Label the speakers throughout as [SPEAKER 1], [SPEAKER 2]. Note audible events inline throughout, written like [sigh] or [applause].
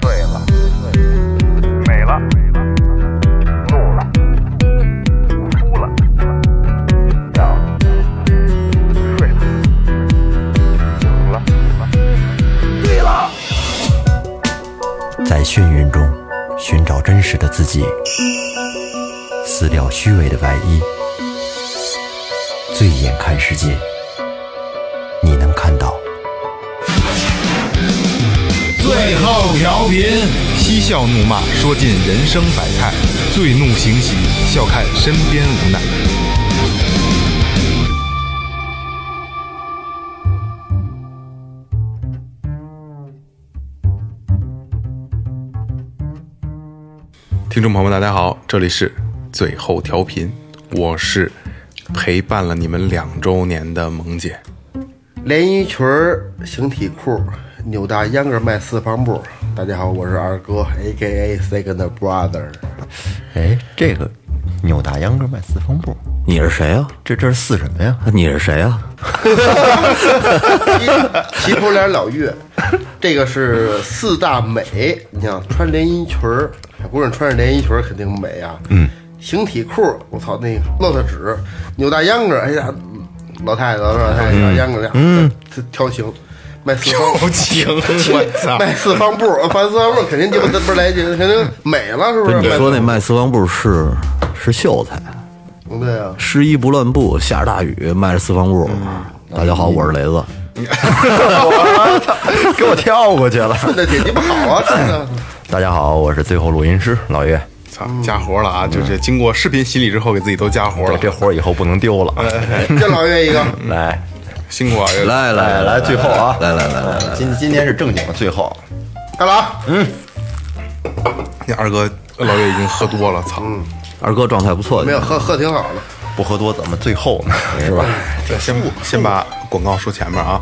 [SPEAKER 1] 醉了，美了，怒了，哭了，笑了，睡了，醒了，醉了。
[SPEAKER 2] 在眩晕中寻找真实的自己，撕掉虚伪的外衣，醉眼看世界，你能看到。
[SPEAKER 3] 最后调频，
[SPEAKER 4] 嬉笑怒骂，说尽人生百态；醉怒行喜，笑看身边无奈。听众朋友们，大家好，这里是最后调频，我是陪伴了你们两周年的萌姐。
[SPEAKER 5] 连衣裙儿、形体裤、扭大秧歌儿迈四方步。大家好，我是二哥，A K A Second Brother。
[SPEAKER 2] 哎，这个扭大秧歌卖四方步，
[SPEAKER 6] 你是谁啊？
[SPEAKER 2] 这这是四什么呀？
[SPEAKER 6] 你是谁啊？
[SPEAKER 5] 齐头脸老岳，这个是四大美。你想穿连衣裙儿，姑娘穿着连衣裙儿肯定美啊。嗯，形体裤儿，我操，那个露的纸，扭大秧歌儿，哎呀，老太太，老太太扭大秧歌儿，嗯，调情，迈四方
[SPEAKER 4] 好情，
[SPEAKER 5] [laughs]
[SPEAKER 4] 我操！
[SPEAKER 5] 迈四方步，呃迈四方步肯定就不是来劲，肯定美了，是不是？
[SPEAKER 6] 不是你
[SPEAKER 5] 迈
[SPEAKER 6] 说
[SPEAKER 5] 四
[SPEAKER 6] 那卖四方步是是秀才，
[SPEAKER 5] 嗯对啊，
[SPEAKER 6] 湿衣不乱步，下着大雨迈着四方步。
[SPEAKER 2] 嗯
[SPEAKER 6] 大家好，我是雷子。
[SPEAKER 2] [laughs] 给我跳过去了。
[SPEAKER 5] 混的姐姐不好啊，真的。
[SPEAKER 2] 大家好，我是最后录音师老岳。
[SPEAKER 4] 操，加活了啊！就是经过视频洗礼之后，给自己都加活
[SPEAKER 2] 对
[SPEAKER 4] 了，
[SPEAKER 2] 这活儿以后不能丢了。
[SPEAKER 5] 这老岳一个，
[SPEAKER 2] 来
[SPEAKER 4] 辛苦啊！这
[SPEAKER 6] 来来
[SPEAKER 2] 哎来来，最后啊，
[SPEAKER 6] 来来来来来，
[SPEAKER 2] 今今天是正经的最后，
[SPEAKER 5] 大郎，
[SPEAKER 4] 你二哥老岳已经喝多了，操！
[SPEAKER 6] 二哥状态不错，
[SPEAKER 5] 没有喝喝挺好的，
[SPEAKER 2] 不喝多怎么最后
[SPEAKER 6] [laughs]
[SPEAKER 2] 呢？是吧？
[SPEAKER 4] 对，先先把广告说前面啊。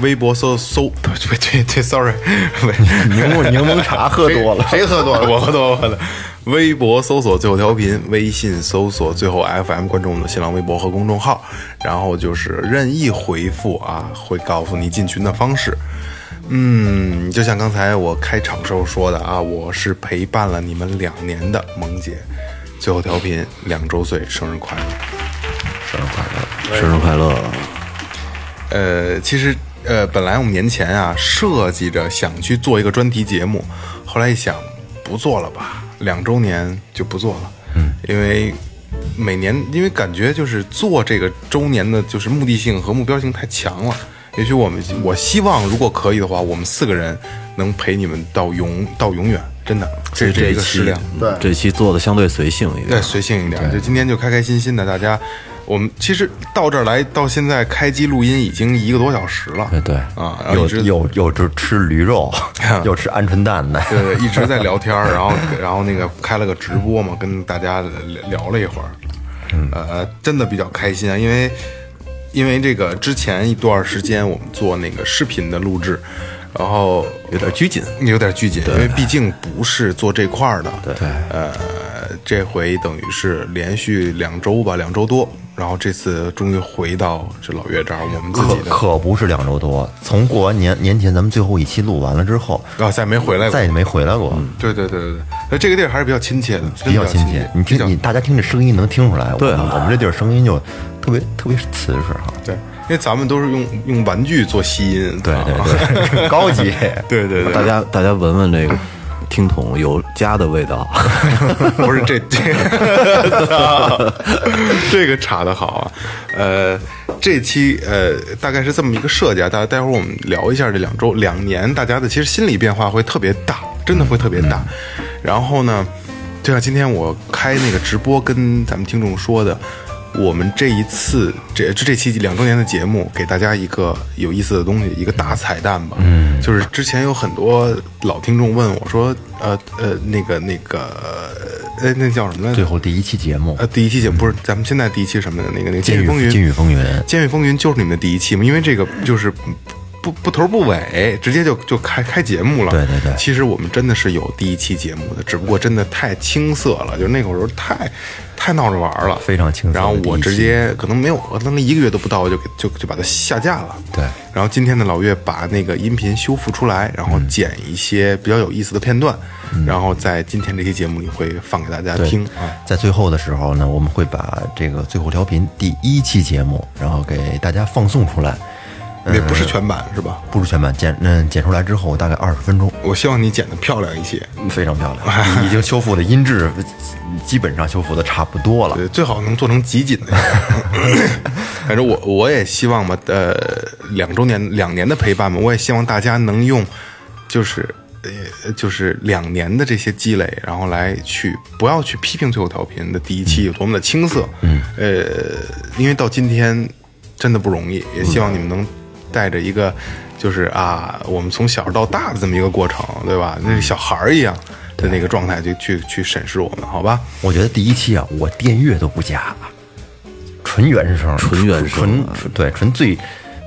[SPEAKER 4] 微博搜搜， [laughs] 对对对，sorry，
[SPEAKER 2] [laughs]
[SPEAKER 4] [laughs]
[SPEAKER 2] 柠檬柠檬茶喝多了，
[SPEAKER 5] 谁喝多了？
[SPEAKER 4] 我喝多了，我喝多了。微博搜索最后调频，微信搜索最后 FM，关注我们的新浪微博和公众号，然后就是任意回复啊，会告诉你进群的方式。嗯，就像刚才我开场时候说的啊，我是陪伴了你们两年的萌姐，最后调频两周岁生日快乐。
[SPEAKER 6] 生日快乐！
[SPEAKER 4] 呃，其实呃，本来我们年前啊设计着想去做一个专题节目，后来一想不做了吧，两周年就不做了。嗯，因为每年因为感觉就是做这个周年的，就是目的性和目标性太强了。也许我们我希望如果可以的话，我们四个人能陪你们到永到永远，真的，这是这是一个嗯食
[SPEAKER 6] 期嗯
[SPEAKER 4] 量。
[SPEAKER 5] 对
[SPEAKER 6] 这期做的相对随性一
[SPEAKER 4] 再
[SPEAKER 6] 点，
[SPEAKER 4] 随性一点，就今天就开开心心的，大家，我们其实到这儿来到现在开机录音已经一个多小时了，
[SPEAKER 6] 对对
[SPEAKER 4] 啊，然后
[SPEAKER 2] 哎有
[SPEAKER 4] 一直啊
[SPEAKER 2] 有有吃吃驴
[SPEAKER 4] [laughs]
[SPEAKER 2] 肉，有吃鹌鹑蛋的，
[SPEAKER 4] 对对一直在聊天儿，然后然后那个开了个直播嘛，跟大家聊聊了一会儿，
[SPEAKER 2] 嗯
[SPEAKER 4] 呃，真的比较开心啊，因为因为这个之前一段时间我们做那个视频的录制，然后
[SPEAKER 6] 有点拘谨。
[SPEAKER 4] 有点拘谨，因为毕竟不是做这块儿的。对，呃，这回等于是连续两周吧，两周多，然后这次终于回到这老岳这儿，我们自
[SPEAKER 2] 可
[SPEAKER 4] 己的
[SPEAKER 2] 可不是两周多。从过完年年前咱们最后一期录完了之后，
[SPEAKER 4] 啊，再没回来过
[SPEAKER 2] 再。也没回来过，
[SPEAKER 4] 对对对对对，那这个地儿还是比较亲切的，真
[SPEAKER 2] 比
[SPEAKER 4] 的
[SPEAKER 2] 较
[SPEAKER 4] 比较
[SPEAKER 2] 亲切
[SPEAKER 4] 切。。
[SPEAKER 2] 你
[SPEAKER 4] 比较
[SPEAKER 2] 听你大家听这声音能听出来，
[SPEAKER 6] 对啊
[SPEAKER 2] 我们我们这地儿声音就特别特别瓷实哈， [laughs]
[SPEAKER 4] 对，因为咱们都是用用玩具做吸引，对
[SPEAKER 2] 对对，高 [laughs] 级。
[SPEAKER 4] [laughs] 对对对
[SPEAKER 6] 大家大家闻闻这个听筒有家的味道，
[SPEAKER 4] [laughs] 不是这这，操这个查的好啊。呃，这期呃大概是这么一个设计啊，大家待会儿我们聊一下这两周两年大家的其实心理变化会特别大，真的会特别大。然后呢，就像今天我开那个直播跟咱们听众说的。我们这一次这这这期两周年的节目，给大家一个有意思的东西，一个大彩蛋吧。嗯，就是之前有很多老听众问我说，呃呃，那个那个，呃，那叫什么来着？
[SPEAKER 2] 最后第一期 [laughs] 节目
[SPEAKER 4] 呃，第一期节目不是咱们现在第一期什么的那个那个《
[SPEAKER 2] 监
[SPEAKER 4] 监
[SPEAKER 2] 狱
[SPEAKER 4] 风云》，
[SPEAKER 2] 监狱风云
[SPEAKER 4] 《监狱风云》就是你们的第一期嘛？因为这个就是不不头不尾，直接就就开开节目了。
[SPEAKER 2] 对对对
[SPEAKER 4] 其实我们真的是有第一期节目的，只不过真的太青涩了，就那会儿太太闹着玩儿了，
[SPEAKER 2] 非常青涩的
[SPEAKER 4] 然后我
[SPEAKER 2] 第一期
[SPEAKER 4] 直接可能没有，可能一个月都不到，我就给就就把它下架了。
[SPEAKER 2] 对
[SPEAKER 4] 然后今天呢，老岳把那个音频修复出来，然
[SPEAKER 2] 嗯
[SPEAKER 4] 后剪一些比较有意思的片段，然后在今天这期节目里会放给大家
[SPEAKER 2] 对
[SPEAKER 4] 听啊。
[SPEAKER 2] 在最后的时候呢，我们会把这个最后调频第一期节目，然后给大家放送出来，
[SPEAKER 4] 那不
[SPEAKER 2] 呃
[SPEAKER 4] 是全版是吧？
[SPEAKER 2] 不是全版，剪嗯剪出来之后大概二十分钟，
[SPEAKER 4] 我希望你剪得漂亮一些，
[SPEAKER 2] 非常漂亮，已经修复的音质基本上修复的差不多了。
[SPEAKER 4] 对，呃最好能做成集锦的样子。反正我我也希望吧，呃，两周年两年的陪伴嘛，我也希望大家能用，就是呃，就是两年的这些积累，然后来去不要去批评最后调频的第一期有多么的青涩，嗯，呃，因为到今天真的不容易，也希望你们能带着一个。就是啊，我们从小到大的这么一个过程，对吧？那是小孩儿一样的那个状态，就去去审视我们，好吧？
[SPEAKER 2] 我觉得第一期啊，我电乐都不加，纯原声，
[SPEAKER 6] 纯原声嗯
[SPEAKER 2] 纯纯对，纯最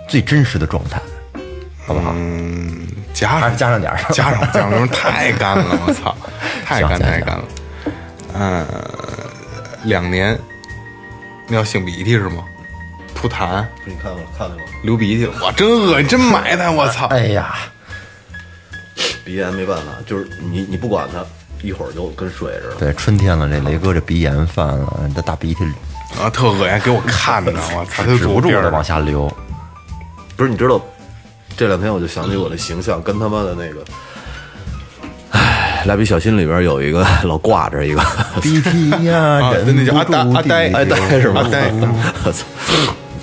[SPEAKER 2] 最真实的状态，好不好？
[SPEAKER 4] 加
[SPEAKER 2] 还
[SPEAKER 4] 上
[SPEAKER 2] 是加上点儿。
[SPEAKER 4] [laughs] 加上加上，太干了，我操，太干
[SPEAKER 2] 行行
[SPEAKER 4] 太干了。嗯，两年，你要擤鼻涕是吗？吐痰，
[SPEAKER 6] 你看我看看我，
[SPEAKER 4] 流鼻涕了，哇，真恶心，真埋汰，我操！
[SPEAKER 2] 哎呀，
[SPEAKER 6] 鼻炎没办法，就是你你不管它，一会儿就跟水似的。
[SPEAKER 2] 对，春天了，这雷哥这鼻炎犯了，这大鼻涕
[SPEAKER 4] 啊，特恶心，给我看的，我操，他
[SPEAKER 2] 止不
[SPEAKER 4] 多
[SPEAKER 2] 住
[SPEAKER 4] 地儿
[SPEAKER 2] 的往下流。
[SPEAKER 6] 不是，你知道，这两天我就想起我的形象跟他妈的那个，唉，蜡笔小新里边有一个老挂着一个，
[SPEAKER 2] [laughs] 鼻涕呀，
[SPEAKER 4] 啊，
[SPEAKER 2] 忍
[SPEAKER 4] 那叫阿
[SPEAKER 2] 不
[SPEAKER 4] 呆
[SPEAKER 2] 住
[SPEAKER 4] 阿呆
[SPEAKER 2] 地
[SPEAKER 6] 哎，呆是吗？
[SPEAKER 4] 阿呆。
[SPEAKER 6] 我操，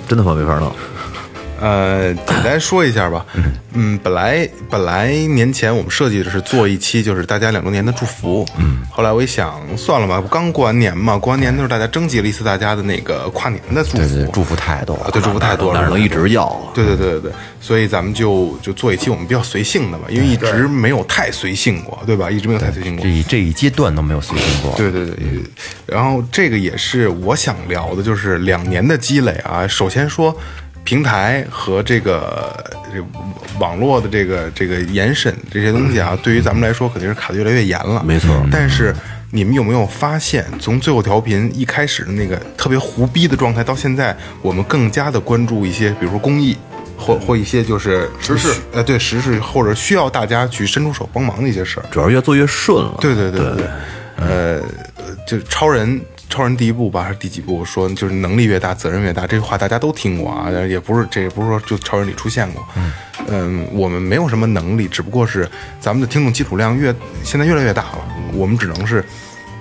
[SPEAKER 6] 真他妈没法弄。
[SPEAKER 4] 呃，简单说一下吧。嗯，本来本来年前我们设计的是做一期，就是大家两周年的祝福。嗯，后来我一想，算了吧，刚过完年嘛，过完年的时候大家征集了一次大家的那个跨年的祝
[SPEAKER 2] 对
[SPEAKER 4] 福，
[SPEAKER 2] 对，祝福太多
[SPEAKER 4] 啊，
[SPEAKER 2] 了。
[SPEAKER 4] 对，祝福太多了，
[SPEAKER 6] 但是能一直要啊。
[SPEAKER 4] 对对对对对，所以咱们就就做一期我们比较随性的吧，因为一直没有太随性过，对吧？一直没有太随性过
[SPEAKER 2] 这。一这一阶段都没有随性过。
[SPEAKER 4] 对对对，然后这个也是我想聊的，就是两年的积累啊。首先说，平台和这个这网络的这个这个严审这些东西啊，对于咱们来说肯定是卡的越来越严了。
[SPEAKER 6] 没错
[SPEAKER 4] 但是你们有没有发现，从最后调频一开始的那个特别胡逼的状态，到现在我们更加的关注一些，比如说公益。或或一些就是时事，呃，对时事或者需要大家去伸出手帮忙的一些事儿，
[SPEAKER 6] 主要越做越顺了。
[SPEAKER 4] 对对对对，对呃，就是超人，超人第一部吧，还是第几部？说就是能力越大，责任越大，这句话大家都听过啊，也不是这也不是说就超人里出现过。嗯我们没有什么能力，只不过是咱们的听众基础量越现在越来越大了，我们只能是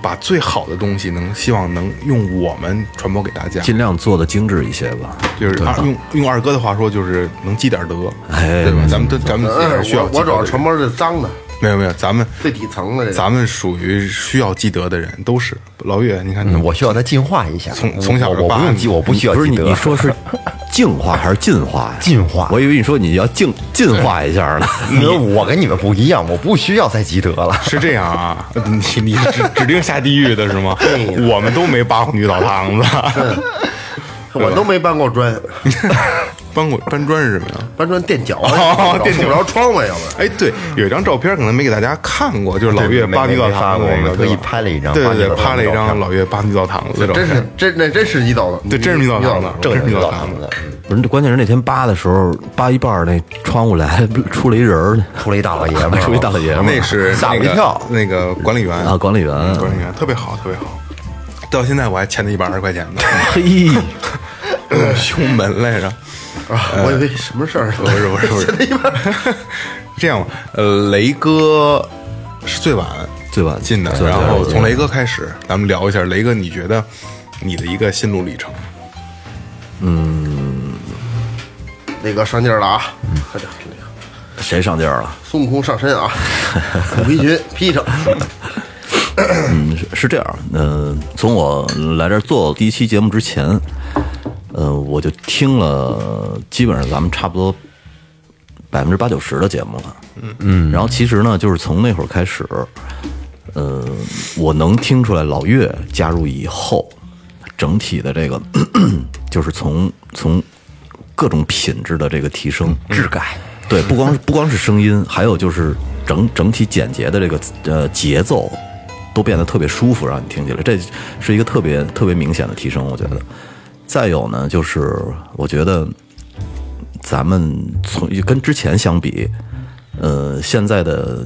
[SPEAKER 4] 把最好的东西能希望能用我们传播给大家，
[SPEAKER 6] 尽量做的精致一些吧。
[SPEAKER 4] 就是二用用二哥的话说，就是能积点德，
[SPEAKER 6] 哎
[SPEAKER 4] 对吧？咱们都咱们也是需要
[SPEAKER 5] 嗯呃我
[SPEAKER 4] 积
[SPEAKER 5] 我主
[SPEAKER 4] 德
[SPEAKER 5] 要
[SPEAKER 4] 的
[SPEAKER 5] 传
[SPEAKER 4] 人
[SPEAKER 5] 播这脏的
[SPEAKER 4] 没有没有，咱们
[SPEAKER 5] 最底层的这个。
[SPEAKER 4] 咱们属于需要积德的人，都是老岳，你看你
[SPEAKER 2] 嗯，我需要它进化一下。
[SPEAKER 4] 从从小
[SPEAKER 2] 我
[SPEAKER 4] 就
[SPEAKER 2] 我
[SPEAKER 4] 扒
[SPEAKER 2] 不用
[SPEAKER 4] 你
[SPEAKER 2] 记，我不需要
[SPEAKER 6] 不是
[SPEAKER 2] 记
[SPEAKER 6] 你
[SPEAKER 2] 得
[SPEAKER 6] 你说是净化还是进化呀？
[SPEAKER 2] [laughs] 进化
[SPEAKER 6] 我以为你说你要净进化一下呢。
[SPEAKER 2] 你我跟你们不一样，我不需要再积德了。
[SPEAKER 4] 是这样啊，你你是指指定下地狱的是吗？我们都没扒过女澡堂子，
[SPEAKER 5] 我都没搬过砖，
[SPEAKER 4] 搬过搬砖是什么呀？
[SPEAKER 5] 搬砖垫脚，
[SPEAKER 4] 哦
[SPEAKER 5] 垫不着窗户，要不然。
[SPEAKER 4] 哎，对，有一张照片可能没给大家看过，就是老岳
[SPEAKER 2] 对没
[SPEAKER 4] 扒女澡
[SPEAKER 2] 没发
[SPEAKER 4] 堂子
[SPEAKER 2] 过我
[SPEAKER 4] 那个，
[SPEAKER 2] 们特
[SPEAKER 4] 对
[SPEAKER 2] 意
[SPEAKER 4] 吧
[SPEAKER 2] 拍了一张
[SPEAKER 4] 对
[SPEAKER 2] 扒
[SPEAKER 4] 对
[SPEAKER 2] 女
[SPEAKER 4] 对，
[SPEAKER 2] 澡堂
[SPEAKER 4] 拍了一
[SPEAKER 2] 子的照
[SPEAKER 4] 张
[SPEAKER 2] 片
[SPEAKER 4] 老岳扒女澡堂子的照
[SPEAKER 5] 真
[SPEAKER 4] 片，
[SPEAKER 5] 是真那真是你走的，
[SPEAKER 4] 哦对，真是女澡堂子，
[SPEAKER 5] 子。
[SPEAKER 2] 正
[SPEAKER 4] 真是
[SPEAKER 2] 经
[SPEAKER 4] 女澡
[SPEAKER 2] 澡
[SPEAKER 4] 堂
[SPEAKER 2] 堂
[SPEAKER 4] 子
[SPEAKER 2] 子，，
[SPEAKER 6] 不是，关键是那天扒的时候，扒一半儿那窗户来 [laughs] 出了一人儿呢，
[SPEAKER 2] 出来一大老爷们儿，
[SPEAKER 6] [laughs] 出一大老爷们儿，
[SPEAKER 4] 那是
[SPEAKER 6] 吓
[SPEAKER 4] 那
[SPEAKER 6] 我一
[SPEAKER 4] 个
[SPEAKER 6] 跳。
[SPEAKER 4] 那个管理员
[SPEAKER 6] 啊管理员
[SPEAKER 4] 嗯管理员特别好，特别好，到现在我还欠他一百二十
[SPEAKER 2] [laughs]
[SPEAKER 4] 块钱呢，
[SPEAKER 2] 哎
[SPEAKER 6] [laughs] 嘿，
[SPEAKER 4] 胸门来着。
[SPEAKER 5] 啊我以为什么事儿？
[SPEAKER 4] 嗯不是不是不是， [laughs] 这样吧，呃，雷哥是最晚
[SPEAKER 6] 最晚
[SPEAKER 4] 进的，
[SPEAKER 6] 最晚
[SPEAKER 4] 然后
[SPEAKER 6] 进的
[SPEAKER 4] 从雷哥开始，咱们聊一下雷哥，你觉得你的一个心路历程？
[SPEAKER 5] 那个上劲儿了啊！快点，那个
[SPEAKER 6] 谁上劲儿了？
[SPEAKER 5] 孙悟空上身啊，虎皮裙 [laughs] 披上，
[SPEAKER 6] 嗯，是是这样，呃，从我来这儿做第一期节目之前，呃，我就听了基本上咱们差不多百分之八九十的节目了，嗯嗯，然后其实呢，就是从那会儿开始，呃，我能听出来老岳加入以后，整体的这个 [coughs] 就是从从各种品质的这个提升、质改、对，不光是不光是声音，还有就是整整体简洁的这个呃节奏，都变得特别舒服，让你听起来，这是一个特别特别明显的提升，我觉得。再有呢，就是我觉得咱们从跟之前相比，呃，现在的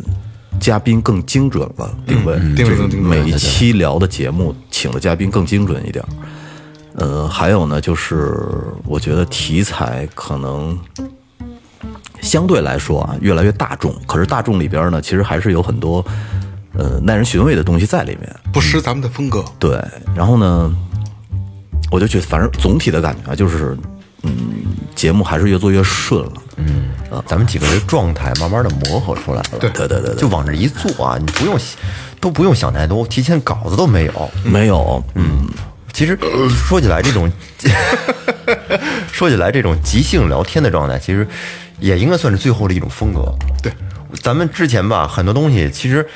[SPEAKER 6] 嘉宾更精准了，定位、
[SPEAKER 4] 定位
[SPEAKER 6] 就是
[SPEAKER 4] 更精准
[SPEAKER 6] 每一期聊的节目请的嘉宾更精准一点儿。呃，还有呢，就是我觉得题材可能相对来说啊，越来越大众。可是大众里边呢，其实还是有很多呃耐人寻味的东西在里面。
[SPEAKER 4] 不失咱们的风格。
[SPEAKER 6] 对，然后呢，我就觉得，反正总体的感觉啊，就是，嗯，节目还是越做越顺了。
[SPEAKER 4] 嗯
[SPEAKER 2] 咱们几个人状态慢慢的磨合出来了，对
[SPEAKER 6] 对对对对
[SPEAKER 2] 就往这一坐啊，你不用都不用想太多，提前稿子都没有。
[SPEAKER 6] 没有，嗯，
[SPEAKER 2] 其实说起来，这种 [laughs] 说起来这种即兴聊天的状态，其实也应该算是最后的一种风格。
[SPEAKER 4] 对，
[SPEAKER 2] 咱们之前吧，很多东西其实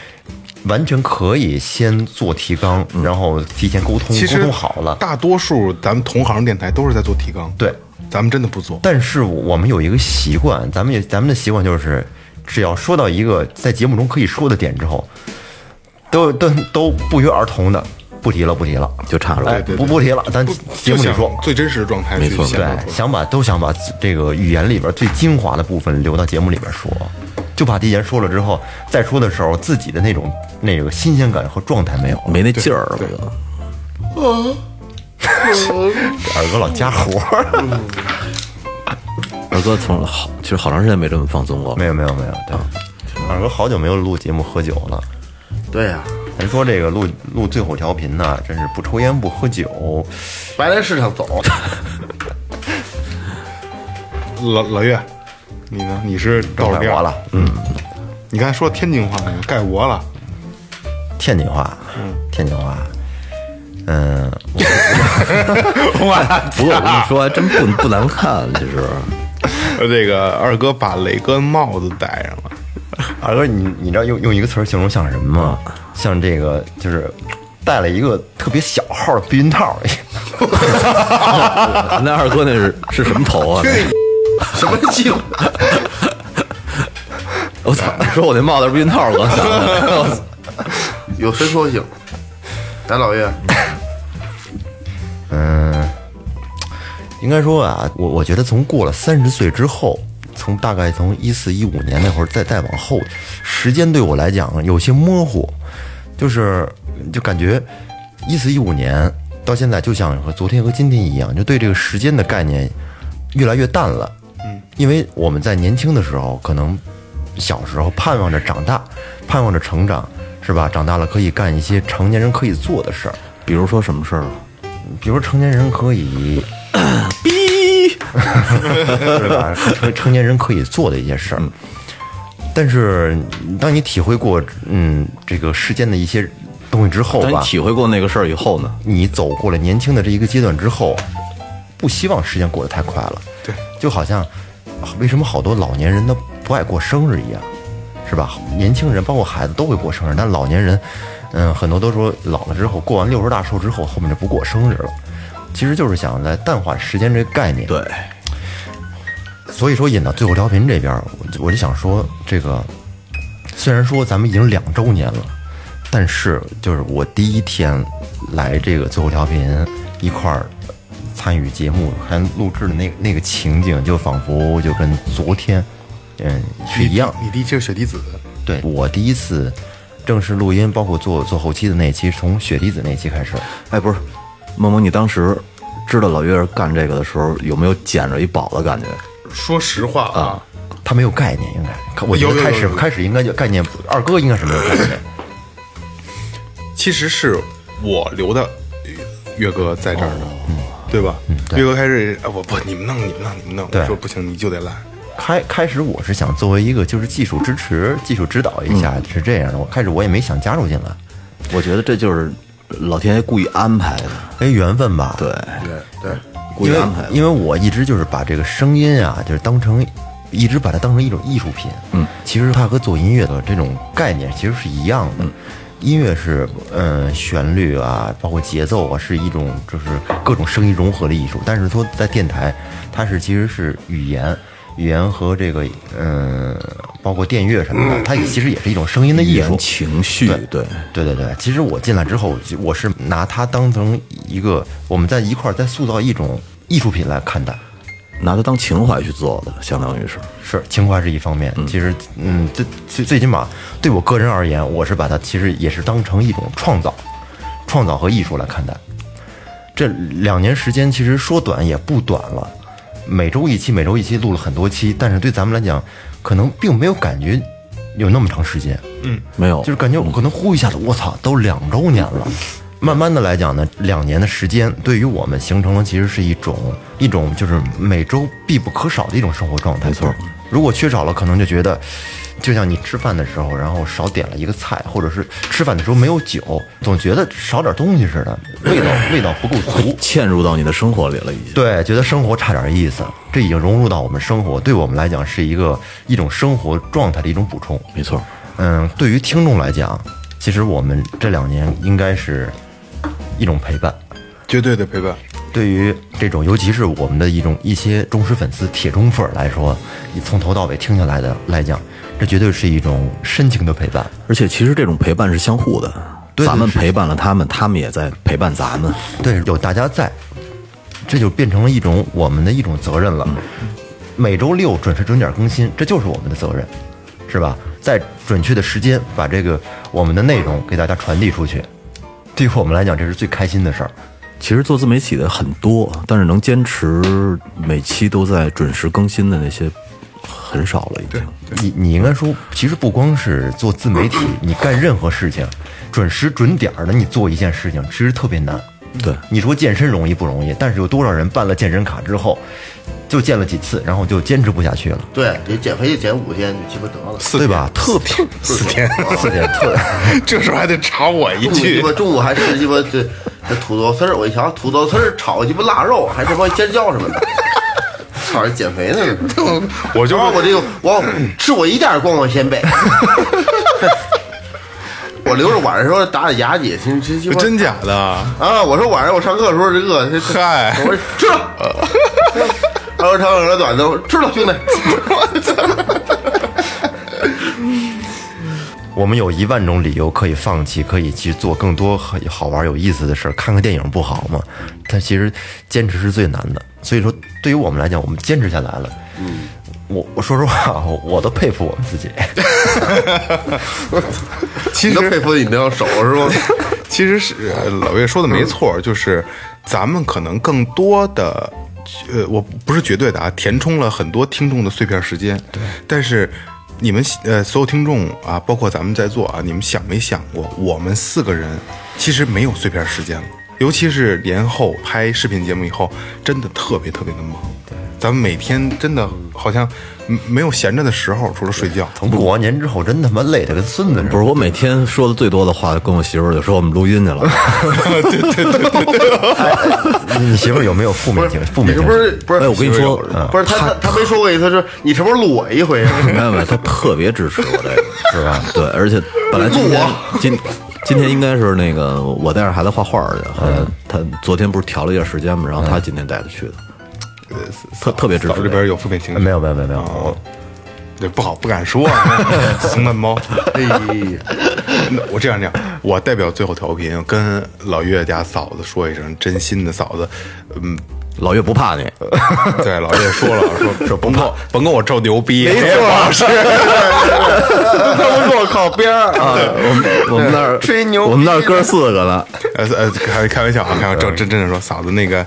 [SPEAKER 2] 完全可以先做提纲，然后提前沟通，
[SPEAKER 4] 嗯
[SPEAKER 2] 嗯
[SPEAKER 4] 其
[SPEAKER 2] 沟
[SPEAKER 4] 实
[SPEAKER 2] 通好了。
[SPEAKER 4] 大多数咱们同行电台都是在做提纲，
[SPEAKER 2] 对，
[SPEAKER 4] 咱们真的不做。
[SPEAKER 2] 但是我们有一个习惯，咱们也咱们的习惯就是，只要说到一个在节目中可以说的点之后，都都都不约而同的不提了，不提了，
[SPEAKER 6] 就差了。
[SPEAKER 2] 哎，
[SPEAKER 4] 对对
[SPEAKER 2] 不不提了，咱
[SPEAKER 4] 不
[SPEAKER 2] 节
[SPEAKER 4] 就
[SPEAKER 2] 目里
[SPEAKER 4] 想
[SPEAKER 2] 说。
[SPEAKER 4] 最真实的状态去
[SPEAKER 6] 没错
[SPEAKER 4] 显露出
[SPEAKER 2] 对，
[SPEAKER 4] 来
[SPEAKER 2] 想把都想把这个语言里边最精华的部分留到节目里边说，就怕提前说了之后，再说的时候自己的那种那个新鲜感和状态没有。
[SPEAKER 6] 没那劲儿，我
[SPEAKER 4] 对
[SPEAKER 6] 觉得。
[SPEAKER 2] 二哥老加活儿，
[SPEAKER 6] 二哥从好，其实好长时间没这么放松过。
[SPEAKER 2] 没有没有没有，对，二哥好久没有录节目喝酒了。
[SPEAKER 5] 对呀、
[SPEAKER 2] 咱说这个录录最后调频呢，真是不抽烟不喝酒，
[SPEAKER 5] 白来市场走， [laughs]
[SPEAKER 4] 老老岳，你呢？你是到
[SPEAKER 2] 该
[SPEAKER 4] 这
[SPEAKER 2] 我了。嗯，
[SPEAKER 4] 你刚才说天津话，盖我了。
[SPEAKER 2] 天津话，天津话，嗯，
[SPEAKER 6] 不过我跟你说，还真不不难看，其实。
[SPEAKER 4] 呃这个二哥把磊哥帽子戴上了，
[SPEAKER 2] 二哥，你你知道用用一个词儿形容像什么吗？像这个就是戴了一个特别小号的避孕套一样。
[SPEAKER 6] 那二哥那是是什么头啊？
[SPEAKER 5] 什么鸡巴？
[SPEAKER 6] 我操！你说我那帽子是避孕套，我刚想的。我操
[SPEAKER 5] 有伸缩性。咱老岳，
[SPEAKER 2] 应该说啊，我我觉得从过了三十岁之后，从大概从一四一五年那会儿再再往后，时间对我来讲有些模糊，就是就感觉一四一五年到现在，就像和昨天和今天一样，就对这个时间的概念越来越淡了。嗯，因为我们在年轻的时候，可能小时候盼望着长大，盼望着成长，是吧？长大了可以干一些成年人可以做的事儿，
[SPEAKER 6] 比如说什么事儿？
[SPEAKER 2] 比如成年人可以 [laughs]
[SPEAKER 6] 逼！
[SPEAKER 2] 对吧？成成年人可以做的一些事儿。但是，当你体会过嗯这个世间的一些东西之后
[SPEAKER 6] 当你
[SPEAKER 2] 吧，
[SPEAKER 6] 体会过那个事儿以后呢？
[SPEAKER 2] 你走过了年轻的这一个阶段之后，不希望时间过得太快了。
[SPEAKER 4] 对，
[SPEAKER 2] 就好像啊为什么好多老年人他不爱过生日一样，是吧？年轻人包括孩子都会过生日，但老年人，嗯，很多都说老了之后过完六十大寿之后，后面就不过生日了。其实就是想来淡化时间这个概念。
[SPEAKER 6] 对，
[SPEAKER 2] 所以说引到最后调频这边儿，我就我就想说，这个虽然说咱们已经两周年了，但是就是我第一天来这个最后调频一块儿参与节目还录制的那个那个情景，就仿佛就跟昨天嗯是一样。
[SPEAKER 4] 你第一期是雪滴子，
[SPEAKER 2] 对我第一次正式录音，包括做做后期的那期，从雪滴子那期开始，
[SPEAKER 6] 哎，不是，萌萌，你当时知道老岳是干这个的时候，有没有捡着一宝的感觉？
[SPEAKER 4] 说实话啊，
[SPEAKER 2] 他没有概念，应该我觉
[SPEAKER 4] 有
[SPEAKER 2] 得
[SPEAKER 4] 有
[SPEAKER 2] 开
[SPEAKER 4] 有
[SPEAKER 2] 始
[SPEAKER 4] 有
[SPEAKER 2] 开始应该就概念，二哥应该是没有概念。
[SPEAKER 4] 其实是我留的岳哥在这儿的，哦嗯对吧？岳哥开始，哎我不，你们弄，你们弄，你们弄。我
[SPEAKER 2] 对
[SPEAKER 4] 说不行，你就得来。
[SPEAKER 2] 开开始我是想作为一个就是技术支持、技术指导一
[SPEAKER 6] 嗯
[SPEAKER 2] 下，是这样的。我开始我也没想加入进来，
[SPEAKER 6] 我觉得这就是老天爷故意安排的，
[SPEAKER 2] 因为缘分吧。
[SPEAKER 6] 对，
[SPEAKER 5] 对对，
[SPEAKER 6] 故
[SPEAKER 2] 因
[SPEAKER 6] 意
[SPEAKER 2] 为
[SPEAKER 6] 安排的。
[SPEAKER 2] 因为我一直就是把这个声音啊，就是当成一直把它当成一种艺术品。嗯，其实它和做音乐的这种概念其实是一样
[SPEAKER 6] 嗯
[SPEAKER 2] 的。音乐是，嗯，旋律啊，包括节奏啊，是一种就是各种声音融合的艺术。但是说在电台，它是其实是语言，语言和这个嗯、包括电乐什么
[SPEAKER 6] 嗯
[SPEAKER 2] 的，它也其实也是一种声音的
[SPEAKER 6] 语
[SPEAKER 2] 艺术
[SPEAKER 6] 言。情绪，对，
[SPEAKER 2] 对对对，其实我进来之后，我是拿它当成一个我们在一块儿在塑造一种艺术品来看待。
[SPEAKER 6] 拿它当情怀去做的，相当于是。
[SPEAKER 2] 是情怀是一方面，其实嗯，最最最起码对我个人而言，我是把它其实也是当成一种创造、创造和艺术来看待。这两年时间其实说短也不短了，每周一期，每周一期录了很多期，但是对咱们来讲，可能并没有感觉有那么长时间。
[SPEAKER 6] 没有，
[SPEAKER 2] 就是感觉我可能呼一下子，我操，都两周年了。慢慢的来讲呢，两年的时间对于我们形成了其实是一种一种就是每周必不可少的一种生活状态。没错，如果缺少了，可能就觉得，就像你吃饭的时候，然后少点了一个菜，或者是吃饭的时候没有酒，总觉得少点东西似的，味 [coughs] 道味道不够足。
[SPEAKER 6] 嵌入到你的生活里了，已经。
[SPEAKER 2] 对，觉得生活差点意思，这已经融入到我们生活，对我们来讲是一个一种生活状态的一种补充。
[SPEAKER 6] 没错，
[SPEAKER 2] 嗯，对于听众来讲，其实我们这两年应该是一种陪伴。
[SPEAKER 4] 绝对的陪伴。
[SPEAKER 2] 对于这种，尤其是我们的一种一些忠实粉丝、铁忠粉儿来说，你从头到尾听下来的来讲，这绝对是一种深情的陪伴。
[SPEAKER 6] 而且其实这种陪伴是相互的，
[SPEAKER 2] 对对
[SPEAKER 6] 咱们
[SPEAKER 2] 是
[SPEAKER 6] 陪伴了他们，他们也在陪伴咱们。
[SPEAKER 2] 对，有大家在，这就变成了一种我们的一种责任了。每周六准时准点更新，这就是我们的责任，是吧？在准确的时间把这个我们的内容给大家传递出去，对于我们来讲，这是最开心的事儿。
[SPEAKER 6] 其实做自媒体的很多，但是能坚持每期都在准时更新的那些很少了，已经。
[SPEAKER 2] 你你应该说，其实不光是做自媒体，你干任何事情，准时准点儿的你做一件事情，其实特别难。
[SPEAKER 6] 对，
[SPEAKER 2] 你说健身容易不容易？但是有多少人办了健身卡之后，就健了几次，然后就坚持不下去了，
[SPEAKER 5] 对，你减肥就减五天，就鸡巴得了。
[SPEAKER 4] 四
[SPEAKER 2] 对
[SPEAKER 4] 天
[SPEAKER 2] 吧？特别
[SPEAKER 4] 四天，
[SPEAKER 2] 特别特，
[SPEAKER 4] [laughs] 这时候还得查我一
[SPEAKER 5] 中午鸡
[SPEAKER 4] 句
[SPEAKER 5] 巴，中午还吃鸡巴这这土豆丝儿，我一瞧土豆丝儿炒鸡巴腊肉，还他妈尖椒什么的，操，减肥呢这是。
[SPEAKER 4] 我 [laughs] 就
[SPEAKER 5] 然后我这个
[SPEAKER 4] [laughs]
[SPEAKER 5] 我吃我一袋光我鲜贝， [laughs] 我留着晚上时候打打牙祭，这这鸡巴
[SPEAKER 4] 真假的，
[SPEAKER 5] 啊！我说晚上我上课的时候这个，这这
[SPEAKER 4] 嗨
[SPEAKER 5] 我说吃
[SPEAKER 4] [laughs]
[SPEAKER 5] 了，然后上课时短的，我说吃了兄弟，
[SPEAKER 2] 我们有一万种理由可以放弃，可以去做更多好好玩、有意思的事儿。看个电影不好吗？但其实坚持是最难的。所以说，对于我们来讲，我们坚持下来了。嗯，我我说实话，我我都佩服我们自己。
[SPEAKER 4] 其
[SPEAKER 5] 你
[SPEAKER 4] 实
[SPEAKER 5] 都佩服你那双手是吗？
[SPEAKER 4] [laughs] 其实是呃老岳说的没错，就是咱们可能更多的，呃，我不是绝对的啊，填充了很多听众的碎片时间。对，但是你们呃所有听众啊，包括咱们在座啊，你们想没想过，我们四个人其实没有碎片时间了，尤其是年后拍视频节目以后，真的特别特别的忙。对，咱们每天真的好像嗯没有闲着的时候，除了睡觉。
[SPEAKER 2] 从过完年之后，真他妈累得跟孙子似的。
[SPEAKER 6] 不是我每天说的最多的话，跟我媳妇儿就说我们录音去了。
[SPEAKER 2] 你你媳妇儿有没有负面情负
[SPEAKER 5] 你
[SPEAKER 2] 面
[SPEAKER 5] 是
[SPEAKER 2] 情绪？
[SPEAKER 5] 不是不是？
[SPEAKER 6] 哎我跟你说
[SPEAKER 5] 不是他他他没说过一次，是你什么时候录我一回啊？
[SPEAKER 6] [laughs] 没有没有，他特别支持我这个，是吧？对，而且本来今
[SPEAKER 4] 啊
[SPEAKER 6] 天今今天应该是那个我带着孩子画画去，后来他昨天不是调了一下时间嘛，然后他
[SPEAKER 4] 嗯
[SPEAKER 6] 今天带着去的，特特别支
[SPEAKER 4] 嫂
[SPEAKER 6] 持
[SPEAKER 4] 子这边有负面情绪
[SPEAKER 2] 没有没有没有没有，我
[SPEAKER 4] 对，不好，不敢说， [laughs] 怂蛋猫。
[SPEAKER 6] 哎
[SPEAKER 4] 那我这样这样，我代表最后调频跟老岳家嫂子说一声，真心的嫂子，嗯，
[SPEAKER 6] 老岳不怕你，
[SPEAKER 4] [laughs] 对，老岳说了，
[SPEAKER 2] [laughs]
[SPEAKER 4] 说说甭跟我甭跟我臭牛逼，没错，
[SPEAKER 5] 他们坐靠边儿啊，
[SPEAKER 6] 我们我们那儿
[SPEAKER 5] 吹牛逼
[SPEAKER 6] 我们那儿哥四个呢，
[SPEAKER 4] 呃呃，开开玩笑啊，开玩笑，真真的说嫂子那个，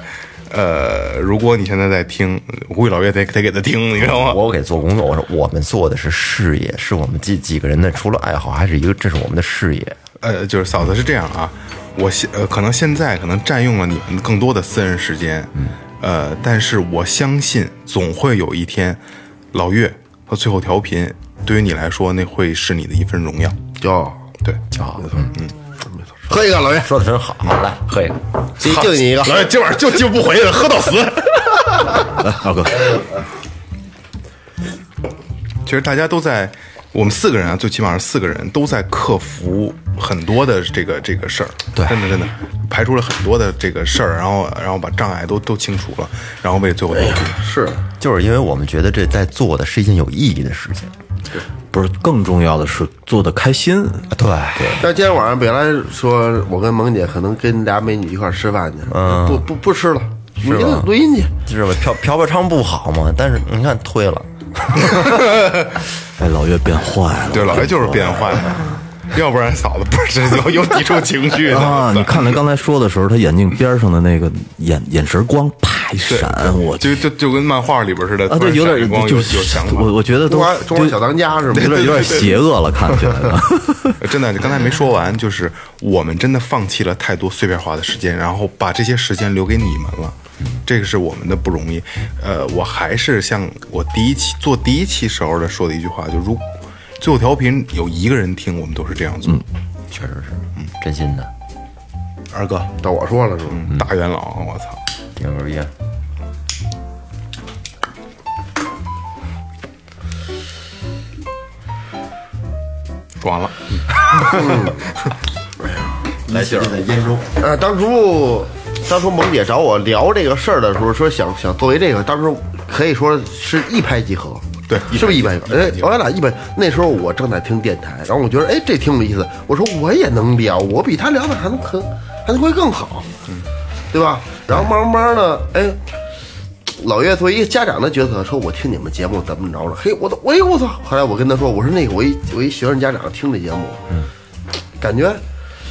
[SPEAKER 4] 呃，如果你现在在听，我估计老岳得得给他听，你知道吗？
[SPEAKER 2] 我给做工作，我说我们做的是事业，是我们几几个人的，除了爱好，还是一个这是我们的事业。
[SPEAKER 4] 呃，就是嫂子是这样啊，我现呃可能现在可能占用了你们更多的私人时间，呃，但是我相信总会有一天，老岳和最后调频对于你来说，那会是你的一份荣耀。
[SPEAKER 5] 就
[SPEAKER 4] 对，
[SPEAKER 5] 喝一个老岳，
[SPEAKER 2] 说的真好，来喝一个。
[SPEAKER 5] 敬敬你一个。
[SPEAKER 4] 老岳今晚就就不回去了，喝到死。
[SPEAKER 6] 来二哥，
[SPEAKER 4] 其实大家都在我们四个人啊，最起码是四个人都在克服很多的这个这个事儿，
[SPEAKER 2] 对
[SPEAKER 4] 真的真的排除了很多的这个事儿，然后然后把障碍都都清除了，然后为最后的目的
[SPEAKER 5] 是
[SPEAKER 2] 就是因为我们觉得这在做的是一件有意义的事情。
[SPEAKER 6] 不是更重要的是做的开心，
[SPEAKER 2] 啊对，
[SPEAKER 5] 但今天晚上本来说我跟萌姐可能跟俩美女一块儿吃饭去，
[SPEAKER 6] 嗯
[SPEAKER 5] 不不不吃了，你
[SPEAKER 2] 吧
[SPEAKER 5] 录音去。
[SPEAKER 2] 就是吧？嫖嫖嫖娼不好嘛，但是你看推了，
[SPEAKER 6] 哎，老岳变坏了。
[SPEAKER 4] 对老爷就是变坏了，要不然嫂子不是有有抵触情绪的 [laughs]
[SPEAKER 6] 啊！你看他刚才说的时候，他眼镜边上的那个眼眼神光啪一
[SPEAKER 4] 对
[SPEAKER 6] 闪，我
[SPEAKER 4] 就就就跟漫画里边似的
[SPEAKER 6] 啊，对，
[SPEAKER 4] 突然
[SPEAKER 6] 有
[SPEAKER 4] 闪
[SPEAKER 6] 点
[SPEAKER 4] 一光
[SPEAKER 6] 就
[SPEAKER 4] 有有想法
[SPEAKER 6] 我我觉得都
[SPEAKER 5] 中华中华
[SPEAKER 6] 就
[SPEAKER 5] 小当家是吗？
[SPEAKER 6] 有点有点邪恶了，看起来
[SPEAKER 5] [laughs]
[SPEAKER 6] 了。
[SPEAKER 4] 呃真的，刚才没说完，就是我们真的放弃了太多碎片化的时间，然后把这些时间留给你们了，这个是我们的不容易。呃，我还是像我第一期做第一期时候的说的一句话，就如最后调频有一个人听，我们都是这样做。
[SPEAKER 6] 嗯
[SPEAKER 2] 确实是，嗯，真心的。
[SPEAKER 4] 二哥，
[SPEAKER 5] 到我说了是吗？
[SPEAKER 6] 嗯
[SPEAKER 4] 大元老，我操！
[SPEAKER 2] 顶根烟，
[SPEAKER 4] 爽了，
[SPEAKER 5] 来劲儿的烟中。呃，当初当初萌姐找我聊这个事儿的时候，说想想作为这个，当时可以说是一拍即合。
[SPEAKER 4] 对
[SPEAKER 5] 是不是一拍
[SPEAKER 4] 一
[SPEAKER 5] 即
[SPEAKER 4] 拍
[SPEAKER 5] 合？哎，我俩一拍。那时候我正在听电台，然后我觉得哎这挺有意思，我说我也能聊，我比他聊的还能可还能会更好，对吧？然后慢慢的，哎，老岳作为一个家长的角色，说我听你们节目怎么着了？嘿，我都哎我操！后来我跟他说，我说那个我一我一学生家长听这节目，
[SPEAKER 4] 嗯
[SPEAKER 5] 感觉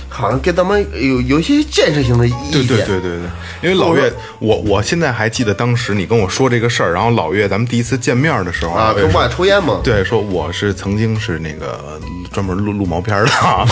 [SPEAKER 5] 好像跟咱们有有一些建设性的意
[SPEAKER 4] 对
[SPEAKER 5] 见。
[SPEAKER 4] 对对对对，因为老岳，我我现在还记得当时你跟我说这个事儿，然后老岳咱们第一次见面的时候
[SPEAKER 5] 啊，
[SPEAKER 4] 老岳
[SPEAKER 5] 跟我
[SPEAKER 4] 说
[SPEAKER 5] 爸抽烟嘛。
[SPEAKER 4] 对，说我是曾经是那个呃专门录录毛片儿的，啊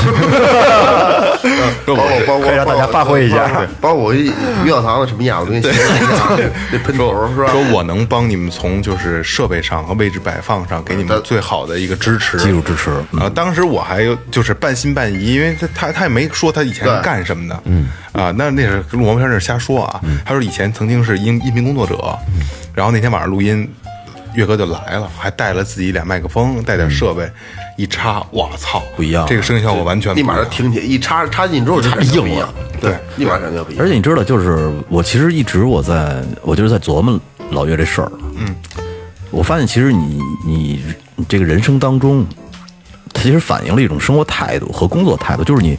[SPEAKER 4] 说
[SPEAKER 5] 包
[SPEAKER 4] 我
[SPEAKER 5] 括
[SPEAKER 4] 是
[SPEAKER 5] 包括
[SPEAKER 2] 可以让大家发挥一下，
[SPEAKER 5] 包括包括我一鱼小堂的什么样，我跟你形容一下，这喷头是吧？
[SPEAKER 4] 说我能帮你们从就是设备上和位置摆放上给你们最好的一个支持，
[SPEAKER 6] 技术支持
[SPEAKER 4] 啊，当时我还有就是半信半疑，因为他他他也没说他以前
[SPEAKER 5] 对
[SPEAKER 4] 干什么的，嗯啊，那那是录毛片儿那是瞎说啊。
[SPEAKER 6] 嗯
[SPEAKER 4] 他说以前曾经是音音频工作者，然后那天晚上录音，岳哥就来了，还带了自己俩麦克风，带点设备，一插，我操，
[SPEAKER 6] 嗯不一样啊
[SPEAKER 4] 这个声音效果完全不
[SPEAKER 5] 立
[SPEAKER 4] 一样
[SPEAKER 5] 马就挺起，一插插进去之后就感觉不一样，
[SPEAKER 4] 对，
[SPEAKER 5] 立马感觉不一样。
[SPEAKER 6] 而且你知道，就是我其实一直我在我就是在琢磨老岳这事儿。嗯，我发现其实你你你这个人生当中，它其实反映了一种生活态度和工作态度，就是你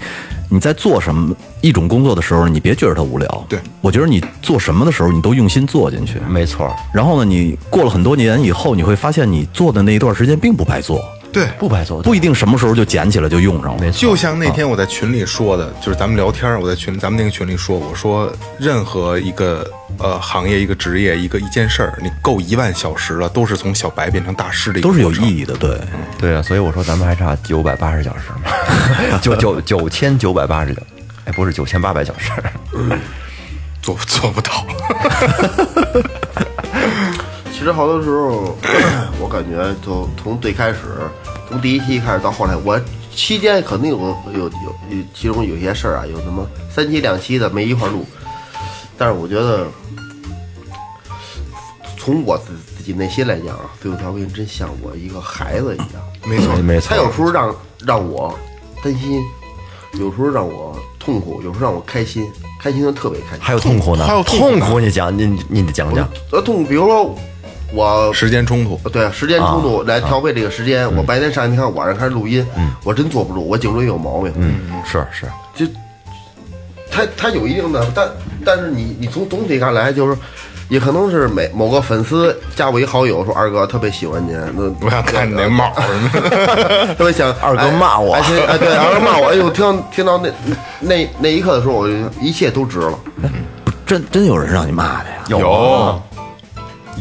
[SPEAKER 6] 你在做什么一种工作的时候，你别觉得它无聊。
[SPEAKER 4] 对
[SPEAKER 6] 我觉得你做什么的时候，你都用心做进去。
[SPEAKER 2] 没错儿，
[SPEAKER 6] 然后呢，你过了很多年以后，你会发现你做的那一段时间并不白做，
[SPEAKER 4] 对，
[SPEAKER 2] 不白做，
[SPEAKER 6] 不一定什么时候就捡起来就用上了。
[SPEAKER 4] 就像那天我在群里说的，就是咱们聊天儿，我在群咱们那个群里说，我说任何一个呃行业、一个职业、一个一件事儿，你够一万小时了，都是从小白变成大师的一个
[SPEAKER 6] 都是有
[SPEAKER 4] 过程
[SPEAKER 6] 意义的，对。
[SPEAKER 2] 对啊，所以我说咱们还差九百八十小时 [laughs] 嘛，九九九千九百八十九，哎，不是九千八百小时，
[SPEAKER 4] 做做不到。
[SPEAKER 5] 其实好多时候， [clears throat] 我感觉就从最开始，从第一期开始到后来，我期间可能有有有有其中有些事儿啊，有什么三期两期的没一块儿录，但是我觉得，从我自自己内心来讲啊，最后调频真像我一个孩子一样，
[SPEAKER 4] 没错，
[SPEAKER 2] 没
[SPEAKER 5] 他
[SPEAKER 2] 错
[SPEAKER 5] 有
[SPEAKER 2] 儿，
[SPEAKER 5] 时候让让我担心，有时候让我痛苦，有时候让我开心，开心的特别开心。
[SPEAKER 2] 还有痛苦呢，
[SPEAKER 4] 还有痛苦
[SPEAKER 2] 痛
[SPEAKER 4] 呢
[SPEAKER 2] 苦，你讲，你你你得讲讲，
[SPEAKER 5] 呃，痛苦，比如说我
[SPEAKER 4] 时间冲突，
[SPEAKER 5] 哦对，啊时间冲
[SPEAKER 2] 啊
[SPEAKER 5] 突来调配这个时间。
[SPEAKER 2] 嗯
[SPEAKER 5] 我白天上一堂，晚上开始录音，我真坐不住，我颈椎有毛病。嗯，
[SPEAKER 2] 是是，
[SPEAKER 5] 就它它有一定的，但但是你你从总体看来，就是也可能是每某个粉丝加我一好友，说二哥特别喜欢您，那
[SPEAKER 2] [laughs]
[SPEAKER 4] 我想看你那帽儿什么的。
[SPEAKER 5] 特别想
[SPEAKER 2] 二哥骂我
[SPEAKER 5] 哎，哎哎
[SPEAKER 2] [laughs]
[SPEAKER 5] 对，二哥骂我，哎呦，听到听到那那那一刻的时候，我就一切都值了。
[SPEAKER 6] 不是真真 [laughs] 有人让你骂的呀？
[SPEAKER 4] 有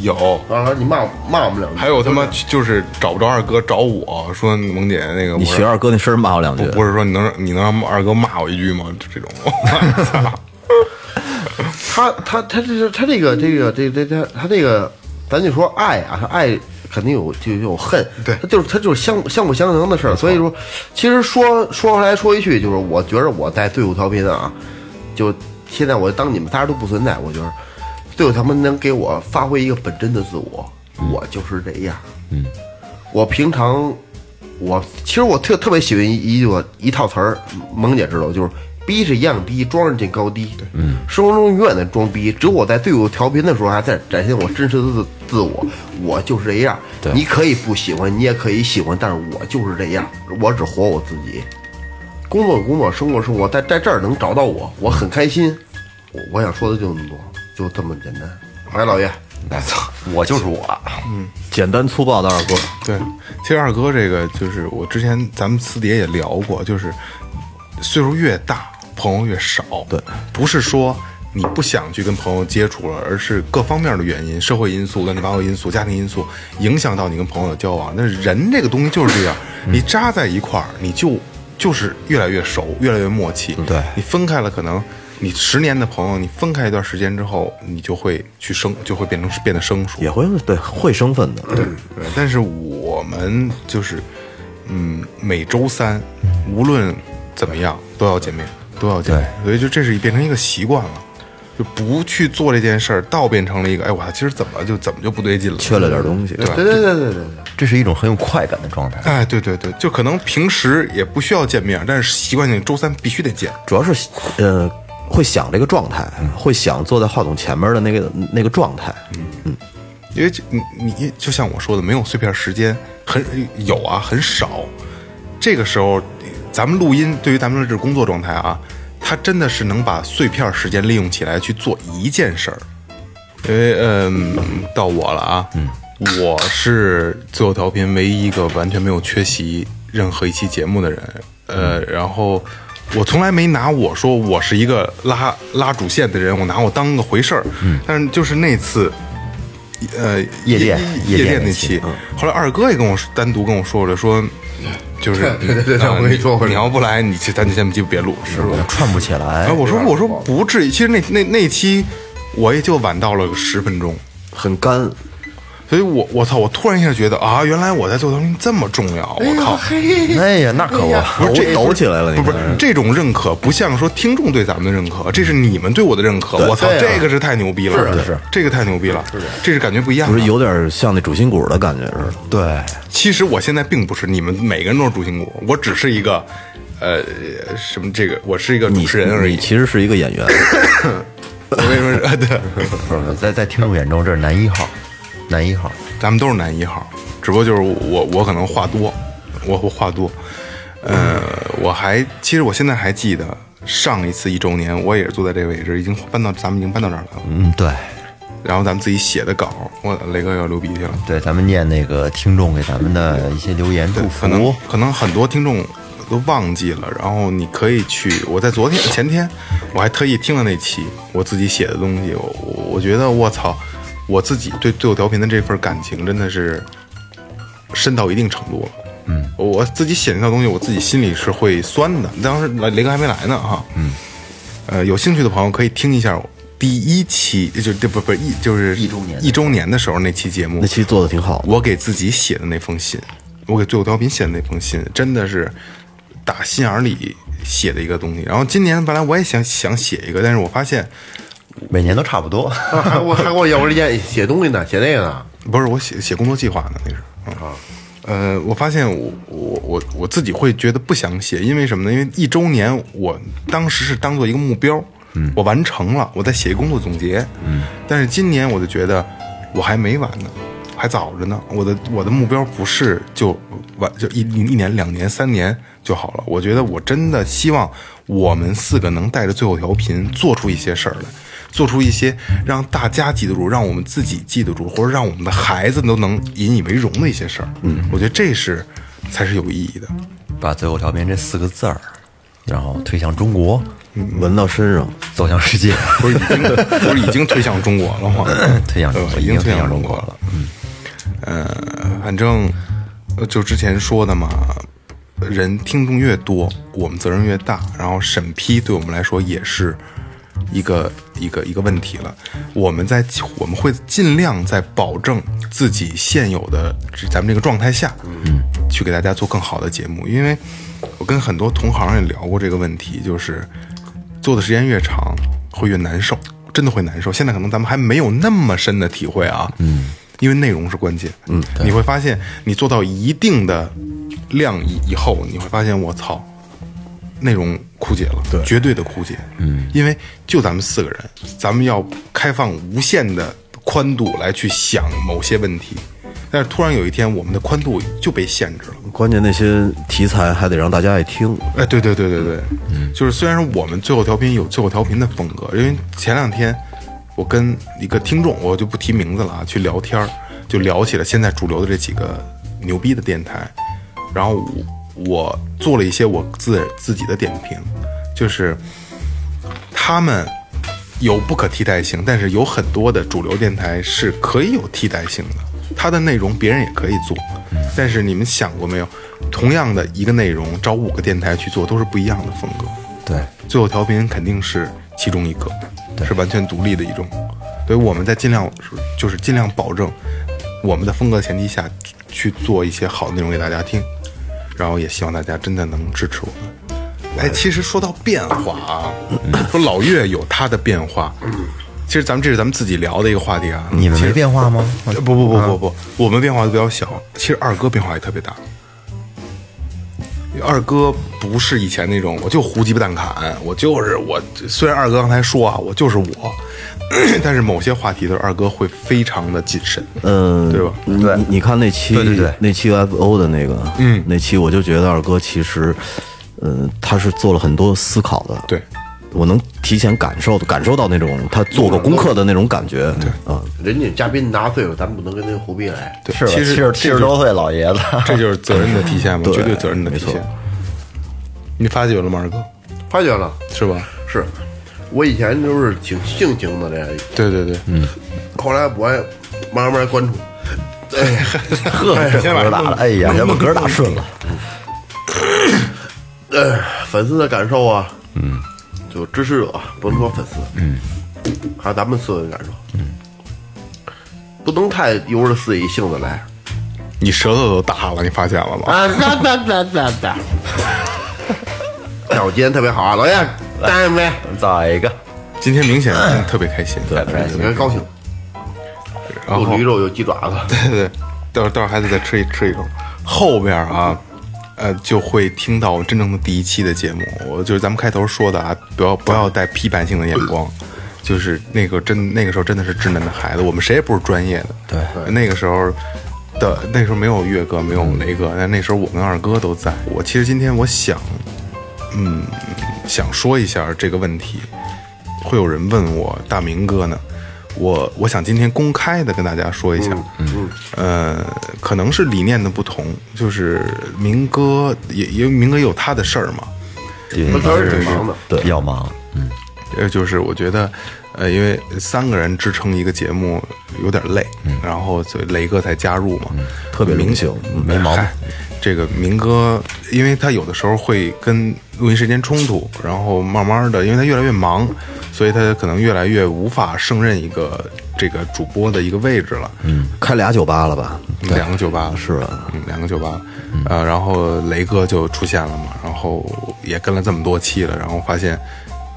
[SPEAKER 4] 有，
[SPEAKER 5] 二哥，你骂骂我们两句，
[SPEAKER 4] 还有他妈就是找不着二哥找我说萌姐那个，
[SPEAKER 6] 你
[SPEAKER 4] 我说
[SPEAKER 6] 学二哥那声儿骂我两句
[SPEAKER 4] 不，不是说你能让你能让二哥骂我一句吗？就这种， [laughs]
[SPEAKER 5] 他他他这是他这个这个这这他他这个，咱就说爱啊，他爱肯定有就有恨，
[SPEAKER 4] 对
[SPEAKER 5] 他就是他就是相相不相成的事儿。所以说，其实说说回来说一句，就是我觉得我在队伍调频啊，就现在我当你们仨都不存在，我觉得队伍他们能给我发挥一个本真的自我，我就是这样。嗯，我平常我其实我特特别喜欢一一个一套词儿，萌姐知道，就是逼是一样逼，装是见高低。对，嗯，生活中永远在装逼，只有我在队伍调频的时候，还在展现我真实的自自我，我就是这样。
[SPEAKER 6] 对
[SPEAKER 5] 你可以不喜欢，你也可以喜欢，但是我就是这样，我只活我自己。工作工作，生活生活，在在这儿能找到我，我很开心。我我想说的就那么多，就这么简单。来，老岳，
[SPEAKER 2] 来，操，我就是我，
[SPEAKER 6] 简单粗暴的二哥，
[SPEAKER 4] 对，其实二哥这个就是我之前咱们私底下也聊过，就是岁数越大，朋友越少。
[SPEAKER 6] 对，
[SPEAKER 4] 不是说你不想去跟朋友接触了，而是各方面的原因，社会因素、乱七八糟因素、家庭因素影响到你跟朋友的交往。那人这个东西就是这样，
[SPEAKER 6] 嗯
[SPEAKER 4] 你扎在一块儿，你就就是越来越熟，越来越默契。
[SPEAKER 2] 对
[SPEAKER 4] 你分开了，可能你十年的朋友，你分开一段时间之后，你就会去生，就会变成变得生疏。
[SPEAKER 6] 也会对会生分的，
[SPEAKER 4] 对，但是我们就是，嗯，每周三，无论怎么样都要见面，都要见面，所以就这是变成一个习惯了，就不去做这件事儿，倒变成了一个，哎，我今儿怎么就怎么就不对劲了，
[SPEAKER 6] 缺了点东西。
[SPEAKER 4] 对吧
[SPEAKER 5] 对对对对对。
[SPEAKER 2] 这是一种很有快感的状态。
[SPEAKER 4] 哎，对对对，就可能平时也不需要见面，但是习惯性周三必须得见。
[SPEAKER 6] 主要是呃会想这个状态，
[SPEAKER 4] 嗯
[SPEAKER 6] 会想坐在话筒前面的那个那个状态。
[SPEAKER 4] 因为就你你就像我说的，没有碎片时间，很有啊，很少。这个时候，咱们录音对于咱们这工作状态啊，它真的是能把碎片时间利用起来去做一件事儿。因为嗯，到我了啊，嗯，我是最后调频唯一一个完全没有缺席任何一期节目的人，呃，
[SPEAKER 5] 嗯
[SPEAKER 4] 然后我从来没拿我说我是一个拉拉主线的人，我拿我当个回事儿，嗯，但是就是那次。呃，
[SPEAKER 2] 夜店
[SPEAKER 4] 夜
[SPEAKER 2] 夜店
[SPEAKER 4] 那
[SPEAKER 2] 那期
[SPEAKER 4] 期，
[SPEAKER 5] 嗯
[SPEAKER 4] 后来二哥也跟我说单独跟我说了，说就是
[SPEAKER 5] [laughs] 对对对对
[SPEAKER 4] 呃
[SPEAKER 5] 我跟你说过
[SPEAKER 4] 你要不来，你去咱就先就别录，是吧？
[SPEAKER 2] 串不起来
[SPEAKER 4] 哎，，我说我说不至于，其实那那那期我也就晚到了十分钟，
[SPEAKER 6] 很干，
[SPEAKER 4] 所以我我操，我突然一下觉得啊，原来我在做调频这么重要，我靠！
[SPEAKER 2] 哎呀，那可不，
[SPEAKER 6] 抖抖起来了，
[SPEAKER 4] 不
[SPEAKER 6] 你
[SPEAKER 4] 不
[SPEAKER 6] 看
[SPEAKER 4] 是这种认可，不像说听众对咱们的认可，这是你们对我的认可。我操，
[SPEAKER 5] 对啊
[SPEAKER 4] 这个是太牛逼了，
[SPEAKER 2] 是
[SPEAKER 4] 这个太牛逼了，这是感觉不一样
[SPEAKER 6] 不
[SPEAKER 4] 的。
[SPEAKER 6] 是有点像那主心骨的感觉似的。
[SPEAKER 2] 对，
[SPEAKER 4] 其实我现在并不是你们每个人都是主心骨，我只是一个，呃，什么这个，我是一个主
[SPEAKER 6] 你
[SPEAKER 4] 持人而
[SPEAKER 6] 你
[SPEAKER 4] 已。
[SPEAKER 6] 其实是一个
[SPEAKER 4] [coughs]
[SPEAKER 6] 演员，
[SPEAKER 4] 我跟你说， [laughs] 对，
[SPEAKER 2] 不是在在听众眼中这是男一号，男一号，
[SPEAKER 4] 咱们都是男一号，只不过就是我我可能话多，我我话多。呃，我还其实我现在还记得上一次一周年，我也是坐在这个位置，已经搬到咱们已经搬到这儿来了。
[SPEAKER 2] 嗯，对
[SPEAKER 4] 然后咱们自己写的稿，我雷哥要流鼻涕了。
[SPEAKER 2] 对，咱们念那个听众给咱们的一些留言祝
[SPEAKER 4] 可能
[SPEAKER 2] 福，
[SPEAKER 4] 可能很多听众都忘记了，然后你可以去。我在昨天前天，我还特意听了那期我自己写的东西，我我我觉得我操，我自己对对我调频的这份感情真的是深到一定程度了。嗯，我自己写那套东西，我自己心里是会酸的。当时雷雷哥还没来呢哈，嗯，呃，有兴趣的朋友可以听一下我第一期，就这不不一就是
[SPEAKER 2] 一周年的
[SPEAKER 4] 一周年的时候那期节目，
[SPEAKER 6] 那期做的挺好。
[SPEAKER 4] 我给自己写的那封信，我给最后调频写的那封信，真的是打心眼儿里写的一个东西。然后今年本来我也想想写一个，但是我发现
[SPEAKER 2] 每年都差不多。
[SPEAKER 5] 啊还我还给我要我这件写东西呢，写那个呢。
[SPEAKER 4] 不是我写写工作计划呢，那是啊。呃，我发现我我我我自己会觉得不想写，因为什么呢？因为一周年，我当时是当做一个目标，嗯，我完成了，我在写一个工作总结，嗯，但是今年我就觉得我还没完呢，还早着呢。我的我的目标不是就完就一一年、两年、三年就好了。我觉得我真的希望我们四个能带着最后调频做出一些事儿来。做出一些让大家记得住、让我们自己记得住，或者让我们的孩子都能引以为荣的一些事儿。嗯，我觉得这是才是有意义的。
[SPEAKER 2] 把“最后调频”这四个字儿，然后推向中国，
[SPEAKER 6] 闻到身上，
[SPEAKER 2] 走向世界，
[SPEAKER 4] 不是已经
[SPEAKER 2] [laughs]
[SPEAKER 4] 不是已经推向中国了吗？
[SPEAKER 2] 推向中
[SPEAKER 4] 对吧
[SPEAKER 2] 国，
[SPEAKER 4] 已
[SPEAKER 2] 已
[SPEAKER 4] 经
[SPEAKER 2] 经
[SPEAKER 4] 推
[SPEAKER 2] 推
[SPEAKER 4] 向
[SPEAKER 2] 向中
[SPEAKER 4] 中国
[SPEAKER 2] 国
[SPEAKER 4] 了
[SPEAKER 2] 了。
[SPEAKER 4] 呃，反正呃就之前说的嘛，人听众越多，我们责任越大，然后审批对我们来说也是一个一个一个问题了。我们在我们会尽量在保证自己现有的咱们这个状态下，嗯，去给大家做更好的节目。因为我跟很多同行也聊过这个问题，就是做的时间越长会越难受，真的会难受。现在可能咱们还没有那么深的体会啊，嗯，因为内容是关键。嗯，你会发现你做到一定的量以以后，你会发现我操，内容枯竭了，对，绝对的枯竭。嗯，因为就咱们四个人，咱们要开放无限的宽度来去想某些问题，但是突然有一天，我们的宽度就被限制了。
[SPEAKER 6] 关键那些题材还得让大家爱听，
[SPEAKER 4] 哎，对对对对对，就是虽然说我们最后调频有最后调频的风格，因为前两天我跟一个听众，我就不提名字了啊，去聊天儿，就聊起了现在主流的这几个牛逼的电台，然后我我做了一些我自自己的点评，就是他们有不可替代性，但是有很多的主流电台是可以有替代性的，它的内容别人也可以做。但是你们想过没有，同样的一个内容，找五个电台去做都是不一样的风格。
[SPEAKER 2] 对，
[SPEAKER 4] 最后调频肯定是其中一个，是完全独立的一种。所以我们在尽量就是尽量保证我们的风格前提下去做一些好内容给大家听，然后也希望大家真的能支持我们。哎，其实说到变化
[SPEAKER 2] [clears throat]
[SPEAKER 4] 啊，说老岳有他的变化，其实咱们这是咱们自己聊的一个话题啊。
[SPEAKER 2] 你们
[SPEAKER 4] 其
[SPEAKER 2] 没
[SPEAKER 4] 实
[SPEAKER 2] 变化吗？
[SPEAKER 4] 呃不不不不不，我们变化都比较小。其实二哥变化也特别大。二哥不是以前那种，我就胡鸡巴蛋侃，我就是我。虽然二哥刚才说啊，我就是我， [clears throat] 但是某些话题的时候二哥会非常的谨慎，
[SPEAKER 6] 嗯，
[SPEAKER 4] 对吧？
[SPEAKER 6] 你你你看那期，
[SPEAKER 2] 对对对
[SPEAKER 6] 那期 UFO 的那个，嗯，那期我就觉得二哥其实，嗯，他是做了很多思考的，
[SPEAKER 4] 对，
[SPEAKER 6] 我能提前感受感受到那种他做过功课的那种感觉，对啊，
[SPEAKER 5] 人家嘉宾拿岁数，咱不能跟那胡逼来。
[SPEAKER 4] 对，
[SPEAKER 2] 是吧？
[SPEAKER 4] 其
[SPEAKER 2] 七
[SPEAKER 4] 实
[SPEAKER 2] 十七
[SPEAKER 4] 这就
[SPEAKER 2] 十多岁老爷子，
[SPEAKER 4] 这就是责任的体现嘛，
[SPEAKER 6] 对
[SPEAKER 4] 绝对责任的体现
[SPEAKER 6] 没错。
[SPEAKER 4] 你发觉了吗，二哥？
[SPEAKER 5] 发觉了，
[SPEAKER 4] 是吧？
[SPEAKER 5] 是我以前都是挺性情的这样一个，
[SPEAKER 4] 对对对，嗯，
[SPEAKER 5] 后来我也慢慢关注。哎，
[SPEAKER 2] 呵，这嗝
[SPEAKER 4] 先把
[SPEAKER 2] 儿打了，哎呀，要不嗝儿打顺了，
[SPEAKER 5] 呃，粉丝的感受啊，嗯，就支持者啊不能说粉丝，嗯，还有咱们四个人感受，嗯，不能太由着自己性子来
[SPEAKER 4] 你舌头都大了，你发现了吗？
[SPEAKER 5] 啊！哒哒哒哒哒。但我今天特别好啊，老哎爷，答应没？
[SPEAKER 2] [laughs] 再一个，
[SPEAKER 4] 今天明显特别开心，对对
[SPEAKER 5] 你看高兴，
[SPEAKER 4] 然
[SPEAKER 5] 有
[SPEAKER 4] 后
[SPEAKER 5] 驴肉有鸡爪子，
[SPEAKER 4] 对 [laughs] 对，到时候到时候还得再吃一吃一口。后边啊，呃，就会听到真正的第一期的节目。我就是咱们开头说的啊，不要不要带批判性的眼光，就是那个真那个时候真的是稚嫩的孩子，我们谁也不是专业的。对，那个时候。的那时候没有岳哥，没有雷哥，但那时候我跟二哥都在。我其实今天我想，嗯，想说一下这个问题。会有人问我大明哥呢，我我想今天公开的跟大家说一下，嗯，呃，可能是理念的不同，就是明哥也因为明哥也有他的事儿嘛，
[SPEAKER 5] 我当时挺忙的，
[SPEAKER 2] 比较忙，
[SPEAKER 4] 呃，就是我觉得，呃，因为三个人支撑一个节目有点累，然后所以雷哥才加入嘛，
[SPEAKER 6] 嗯特别
[SPEAKER 4] 明
[SPEAKER 6] 荣幸嗯
[SPEAKER 4] 没毛病。嗨这个明哥，因为他有的时候会跟录音时间冲突，然后慢慢的，因为他越来越忙，所以他可能越来越无法胜任一个这个主播的一个位置了。嗯，
[SPEAKER 6] 开俩酒吧了吧？
[SPEAKER 4] 两个酒吧了
[SPEAKER 6] 是吧？
[SPEAKER 4] 嗯，两个酒吧，呃，然后雷哥就出现了嘛，然后也跟了这么多期了，然后发现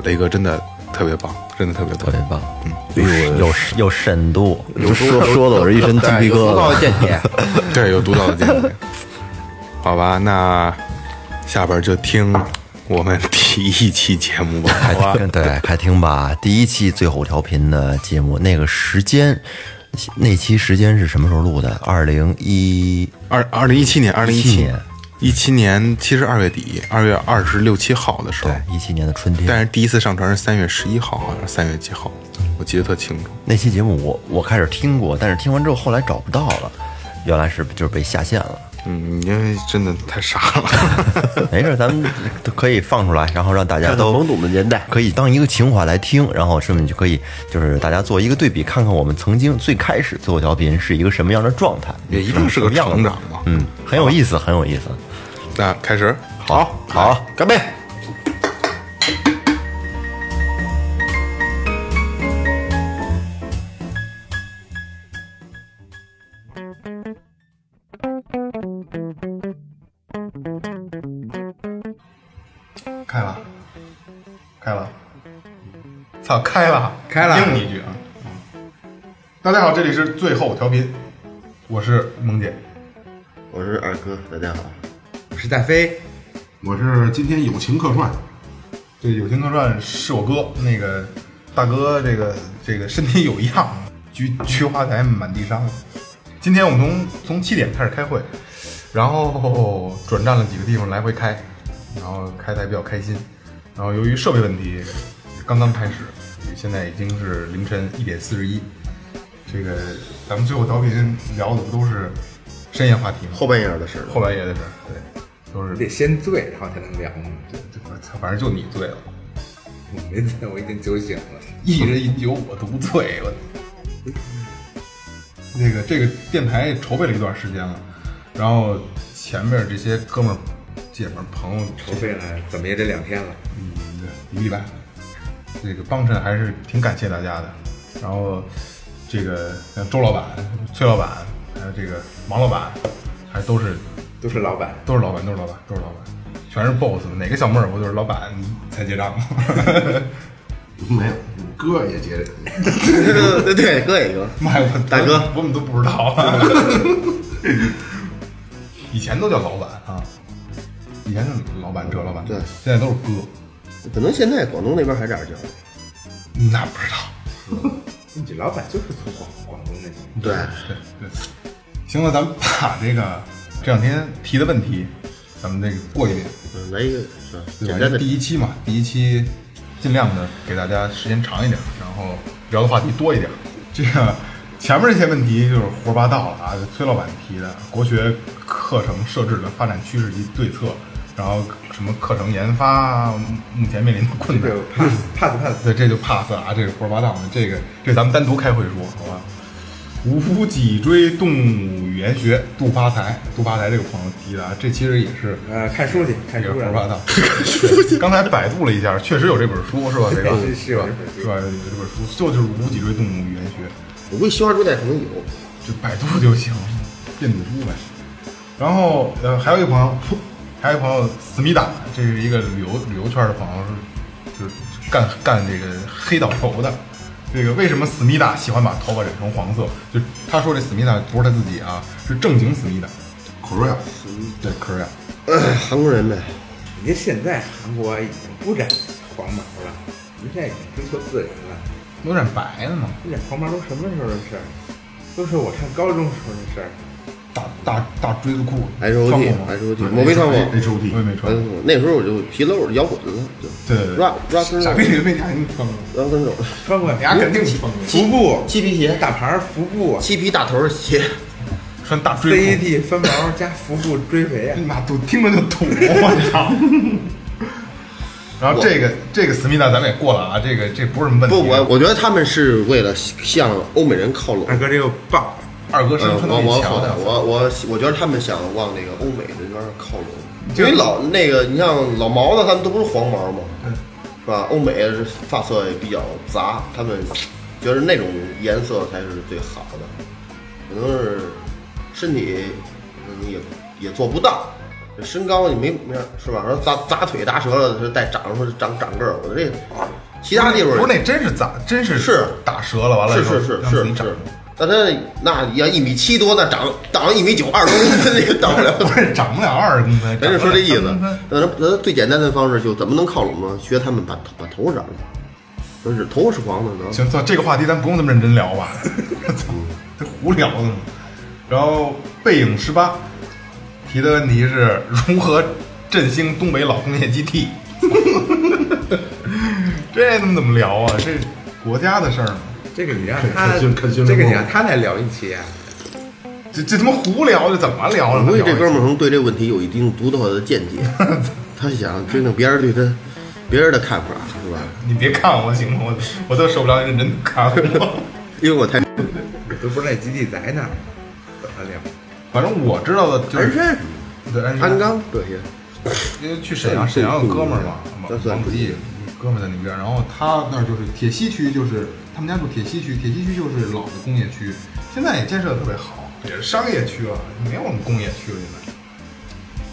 [SPEAKER 4] 雷哥真的特别棒，真的特别棒，
[SPEAKER 2] 棒，嗯，有有深度，
[SPEAKER 6] 说说的我这一身鸡
[SPEAKER 5] 哎
[SPEAKER 6] 皮
[SPEAKER 5] 有
[SPEAKER 6] 疙
[SPEAKER 5] 独到的
[SPEAKER 6] 瘩，
[SPEAKER 5] 见解，
[SPEAKER 4] [laughs] 对，有独到的见解。好吧，那下边就听我们第一期节目吧， [laughs] 好啊吧
[SPEAKER 2] 还？挺对，还听吧。第一期最后调频的节目，那个时间，那期时间是什么时候录的？二零一
[SPEAKER 4] 二二零一七年，二零一七
[SPEAKER 2] 年，
[SPEAKER 4] 一七年其实二月底，二月二十六七号的时候
[SPEAKER 2] 对，一七年的春天。
[SPEAKER 4] 但是第一次上传是三月十一号，好像是三月几号，我记得特清楚。
[SPEAKER 2] 那期节目我我开始听过，但是听完之后后来找不到了，原来是就是被下线了。 [laughs]
[SPEAKER 4] 嗯，因为真的太傻 [laughs] 了。
[SPEAKER 2] 没事，咱们都可以放出来，然后让大家
[SPEAKER 5] 看到
[SPEAKER 2] 都
[SPEAKER 5] 懵懂的年代，
[SPEAKER 2] 可以当一个情怀来听，然后顺便就可以就是大家做一个对比，看看我们曾经最开始做调频是一个什么样的状态，
[SPEAKER 4] 也一定是个
[SPEAKER 2] 什么样的
[SPEAKER 4] 成长嘛
[SPEAKER 2] 嗯，很有意思，很有意思。
[SPEAKER 4] 那开始，
[SPEAKER 2] 好，好，
[SPEAKER 5] 干杯！
[SPEAKER 4] 开了，开了，嗯操，开了，开了，应你一句啊！大家好，这里是最后调频，我是萌姐，
[SPEAKER 5] 我是二哥，大家好。
[SPEAKER 7] 我是戴飞，
[SPEAKER 4] 我是今天友情客串。这友情客串是我哥，那个大哥，这个这个身体有恙，菊菊花台满地伤。今天我们从从七点开始开会，然后转战了几个地方来回开，然后开的还比较开心。然后由于设备问题，刚刚开始，现在已经是凌晨一点四十一。这个咱们最后调频聊的不都是深夜话题吗？
[SPEAKER 5] 后半夜的事儿了，
[SPEAKER 4] 后半夜的事儿，对，都是
[SPEAKER 7] 你得先醉，然后才能聊嘛。
[SPEAKER 4] 反正就你醉了，
[SPEAKER 7] 我没醉，我已经酒醒了。
[SPEAKER 4] 一人饮酒我独醉，我。那个这个电台筹备了一段时间了，然后前面这些哥们儿、姐们儿、朋友嗯
[SPEAKER 7] 筹备了，怎么也得两天了。
[SPEAKER 4] 一个礼拜，这个帮衬还是挺感谢大家的。然后这个像周老板、崔老板，还有这个王老板，还都是
[SPEAKER 7] 都是老板，
[SPEAKER 4] 都是老板，都是老板，都是老板，全是 boss。哪个小妹儿不就是老板才结账吗？
[SPEAKER 5] 没有，
[SPEAKER 4] 哥也结，
[SPEAKER 5] [laughs] 对对，哥也行。
[SPEAKER 4] 妈呀，我
[SPEAKER 5] 大哥
[SPEAKER 4] 我们都不知道。以前都叫老板啊，以前是老板、哲老板，
[SPEAKER 5] 对
[SPEAKER 4] 现在都是哥。
[SPEAKER 5] 可能现在广东那边还这样叫。
[SPEAKER 4] 那不知道。
[SPEAKER 7] 你老板就是从广广东那边。
[SPEAKER 5] 对，
[SPEAKER 4] 对对，行了，咱们把这个这两天提的问题，咱们这个过一遍，
[SPEAKER 5] 嗯，来一嗯个是吧
[SPEAKER 4] 对吧
[SPEAKER 5] 简单？的
[SPEAKER 4] 第一期嘛，第一期尽量的给大家时间长一点，然后聊的话题多一点。这个前面这些问题就是胡说八道了啊，崔老板提的国学课程设置的发展趋势及对策，然后什么课程研发啊目前面临的困难
[SPEAKER 7] 这个 pass pass pass，
[SPEAKER 4] 对，这就 pass 了啊，这个胡说八道的，这个这咱们单独开会说，好吧？无脊椎动物语言学，杜发财，杜发财这个朋友提的啊，这其实也是
[SPEAKER 7] 呃，看书去，看
[SPEAKER 4] 这个
[SPEAKER 7] 书
[SPEAKER 4] 胡说八
[SPEAKER 7] 来
[SPEAKER 4] 道。对刚才百度了一下，确实有这本书是吧？这个
[SPEAKER 7] 是是有
[SPEAKER 4] 吧
[SPEAKER 7] 这本？书
[SPEAKER 4] 是吧？有这本书，就就是无脊椎动物语言学。
[SPEAKER 5] 我估计西华猪带可能有。
[SPEAKER 4] 就百度就行，电子书呗。然后呃，还有一个朋友，还有一个朋友思密达，这是一个旅游旅游圈的朋友，是就是干干这个黑导游的。这个为什么思密达喜欢把头发染成黄色？就他说这思密达不是他自己啊，是正经思密达，可瑞亚，对可瑞亚。
[SPEAKER 5] 呃韩国人呗，
[SPEAKER 7] 人家现在韩国已经不染黄毛了，人家已经追求自然了。
[SPEAKER 4] 有点白了嘛，
[SPEAKER 7] 你染黄毛都什么时候的事儿？都是我上高中时候的事儿。
[SPEAKER 4] 大大大锥子裤
[SPEAKER 5] H O
[SPEAKER 4] 穿
[SPEAKER 5] T
[SPEAKER 4] 过吗
[SPEAKER 5] H O T，我没穿过。
[SPEAKER 4] H O T，我也没穿过。
[SPEAKER 5] 嗯，那时候我就皮褛摇滚了，就
[SPEAKER 4] 对对对
[SPEAKER 5] rap rap 跟
[SPEAKER 4] 傻
[SPEAKER 5] 手
[SPEAKER 4] 逼，你没你还没穿过，
[SPEAKER 5] rap 跟手，
[SPEAKER 7] 穿过
[SPEAKER 4] 你丫哎肯定穿过。
[SPEAKER 7] 服部
[SPEAKER 5] 漆皮鞋，
[SPEAKER 7] 大牌服部啊
[SPEAKER 5] 漆皮大头儿鞋，
[SPEAKER 4] [laughs] 穿大锥子裤。
[SPEAKER 7] ，CAT 翻毛加服部追肥啊
[SPEAKER 4] 你！妈土，听着就土，我操！ [laughs] 然后这个这个思密达咱们也过了啊，这个这不是什么问题。
[SPEAKER 5] 不，我我觉得他们是为了向欧美人靠拢。
[SPEAKER 7] 二哥这又爆，
[SPEAKER 4] 二哥身
[SPEAKER 5] 呃
[SPEAKER 4] 上穿的
[SPEAKER 5] 我我
[SPEAKER 4] 最
[SPEAKER 5] 好
[SPEAKER 4] 强
[SPEAKER 5] 的，
[SPEAKER 4] 的，啊
[SPEAKER 5] 我我我觉得他们想往那个欧美那边靠拢，因为老那个你像老毛子他们都不是黄毛嘛，是吧？欧美是发色也比较杂，他们觉得那种颜色才是最好的，可能是身体嗯也也做不到。这身高你没没是吧？说砸砸腿砸折了，是带长说长长个儿，我这其他地方
[SPEAKER 4] 不是那真是咋，真是
[SPEAKER 5] 是
[SPEAKER 4] 打折了，完了
[SPEAKER 5] 是
[SPEAKER 4] 以后
[SPEAKER 5] 是是
[SPEAKER 4] 让自己
[SPEAKER 5] 是
[SPEAKER 4] 长
[SPEAKER 5] 是，那他那要一米七多，那长长一米九二公分也长不
[SPEAKER 4] [laughs] 不
[SPEAKER 5] 了。
[SPEAKER 4] 是长不了二十公分。
[SPEAKER 5] 咱就说这意
[SPEAKER 4] 长
[SPEAKER 5] 思
[SPEAKER 4] 不了三公分，
[SPEAKER 5] 那咱咱最简单的方式就怎么能靠拢呢？学他们把头把头染了，就是头是黄的呢。
[SPEAKER 4] 行，算这个话题咱不用这么认真聊 [laughs] 吧，我操，这胡聊的嘛。然后背影十八提的问题是如何振兴东北老工业基地， [laughs] 这他妈怎么聊啊？这国家的事儿吗？
[SPEAKER 7] 这个你让他，
[SPEAKER 8] 看新看新闻
[SPEAKER 7] 这个你
[SPEAKER 8] 报
[SPEAKER 7] 让他来聊一期啊！
[SPEAKER 4] 这这他妈胡聊，这怎么聊？
[SPEAKER 5] 我估计这哥们儿可能对这问题有一定独到的见
[SPEAKER 4] [laughs]
[SPEAKER 5] 解，他想听听别人对他别人的看法，是吧？
[SPEAKER 4] 你别看我行吗？我我都受不了你认真看我。
[SPEAKER 5] 因为我
[SPEAKER 4] 嗯
[SPEAKER 5] 太
[SPEAKER 7] 我都不知道那基地在哪儿，怎么聊？
[SPEAKER 4] [laughs] 反正我知道的就是
[SPEAKER 5] 鞍山
[SPEAKER 4] 对鞍山
[SPEAKER 5] 鞍钢这些，
[SPEAKER 4] 因为去沈阳，沈阳有哥们儿嘛，
[SPEAKER 5] 这
[SPEAKER 4] 王
[SPEAKER 5] 算
[SPEAKER 4] 王子义哥们儿在那边儿，然后他那儿就是铁西区，就是他们家住铁西区，铁西区就是老的工业区，现在也建设的特别好，也是商业区了，没有什么工业区了。现在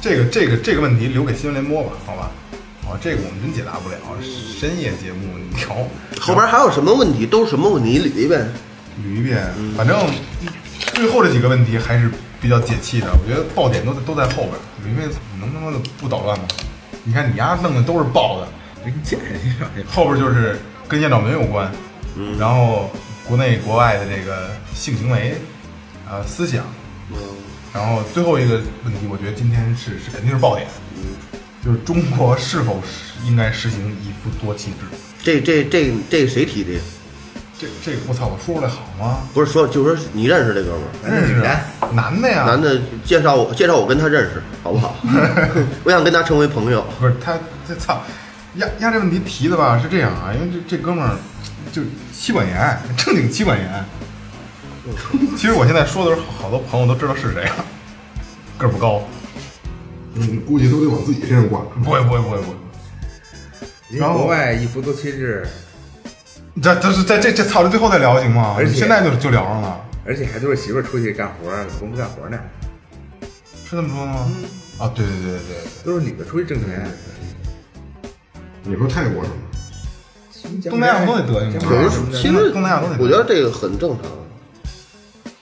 [SPEAKER 4] 这个这个这个问题留给新闻联播吧，好吧？哦，这个我们真解答不了，深夜节目你聊
[SPEAKER 5] 后边还有什么问题都是什么问题理呗。
[SPEAKER 4] 嗯捋一遍，反正最后这几个问题还是比较解气的，我觉得爆点都在都在后边，因为你能他妈的不捣乱吗？你看你丫弄的都是爆的，
[SPEAKER 7] 给你解释一下。
[SPEAKER 4] 后边就是跟艳照门有关，然后国内国外的这个性行为，呃，思想，然后最后一个问题，我觉得今天是是肯定是爆点，就是中国是否是应该实行一夫多妻制？
[SPEAKER 5] 这这这这谁提的？
[SPEAKER 4] 这这个我操，我说出来好吗？
[SPEAKER 5] 不是说，就说你认识这哥们儿，
[SPEAKER 4] 认识啊男的呀，
[SPEAKER 5] 男的介绍我，介绍我跟他认识，好不
[SPEAKER 4] [laughs]
[SPEAKER 5] 好？我想跟他成为朋友。
[SPEAKER 4] 不是他，这操，压压这问题提的吧是这样啊，因为这这哥们儿就妻管严，正经妻管严。其实我现在说的时候，好多朋友都知道是谁了，个儿不高，
[SPEAKER 9] 你估计都得往自己身上挂。
[SPEAKER 4] 不会不会不会不会。然
[SPEAKER 7] 人家
[SPEAKER 4] 后
[SPEAKER 7] 国外一夫多妻制，
[SPEAKER 4] 这这是这这这操，这最后再聊行吗？
[SPEAKER 7] 而且
[SPEAKER 4] 现在就就聊上了，
[SPEAKER 7] 而且还都是媳妇儿出去干活，老公不干活呢，
[SPEAKER 4] 是这么说的吗？啊，对对对对对
[SPEAKER 7] 都是女的出去挣钱。
[SPEAKER 9] 你说泰国是吗？
[SPEAKER 4] 东南亚不都得德行吗
[SPEAKER 7] 柬埔寨什么的
[SPEAKER 5] 其实
[SPEAKER 4] 东南亚都得
[SPEAKER 5] 我觉得这个很正常。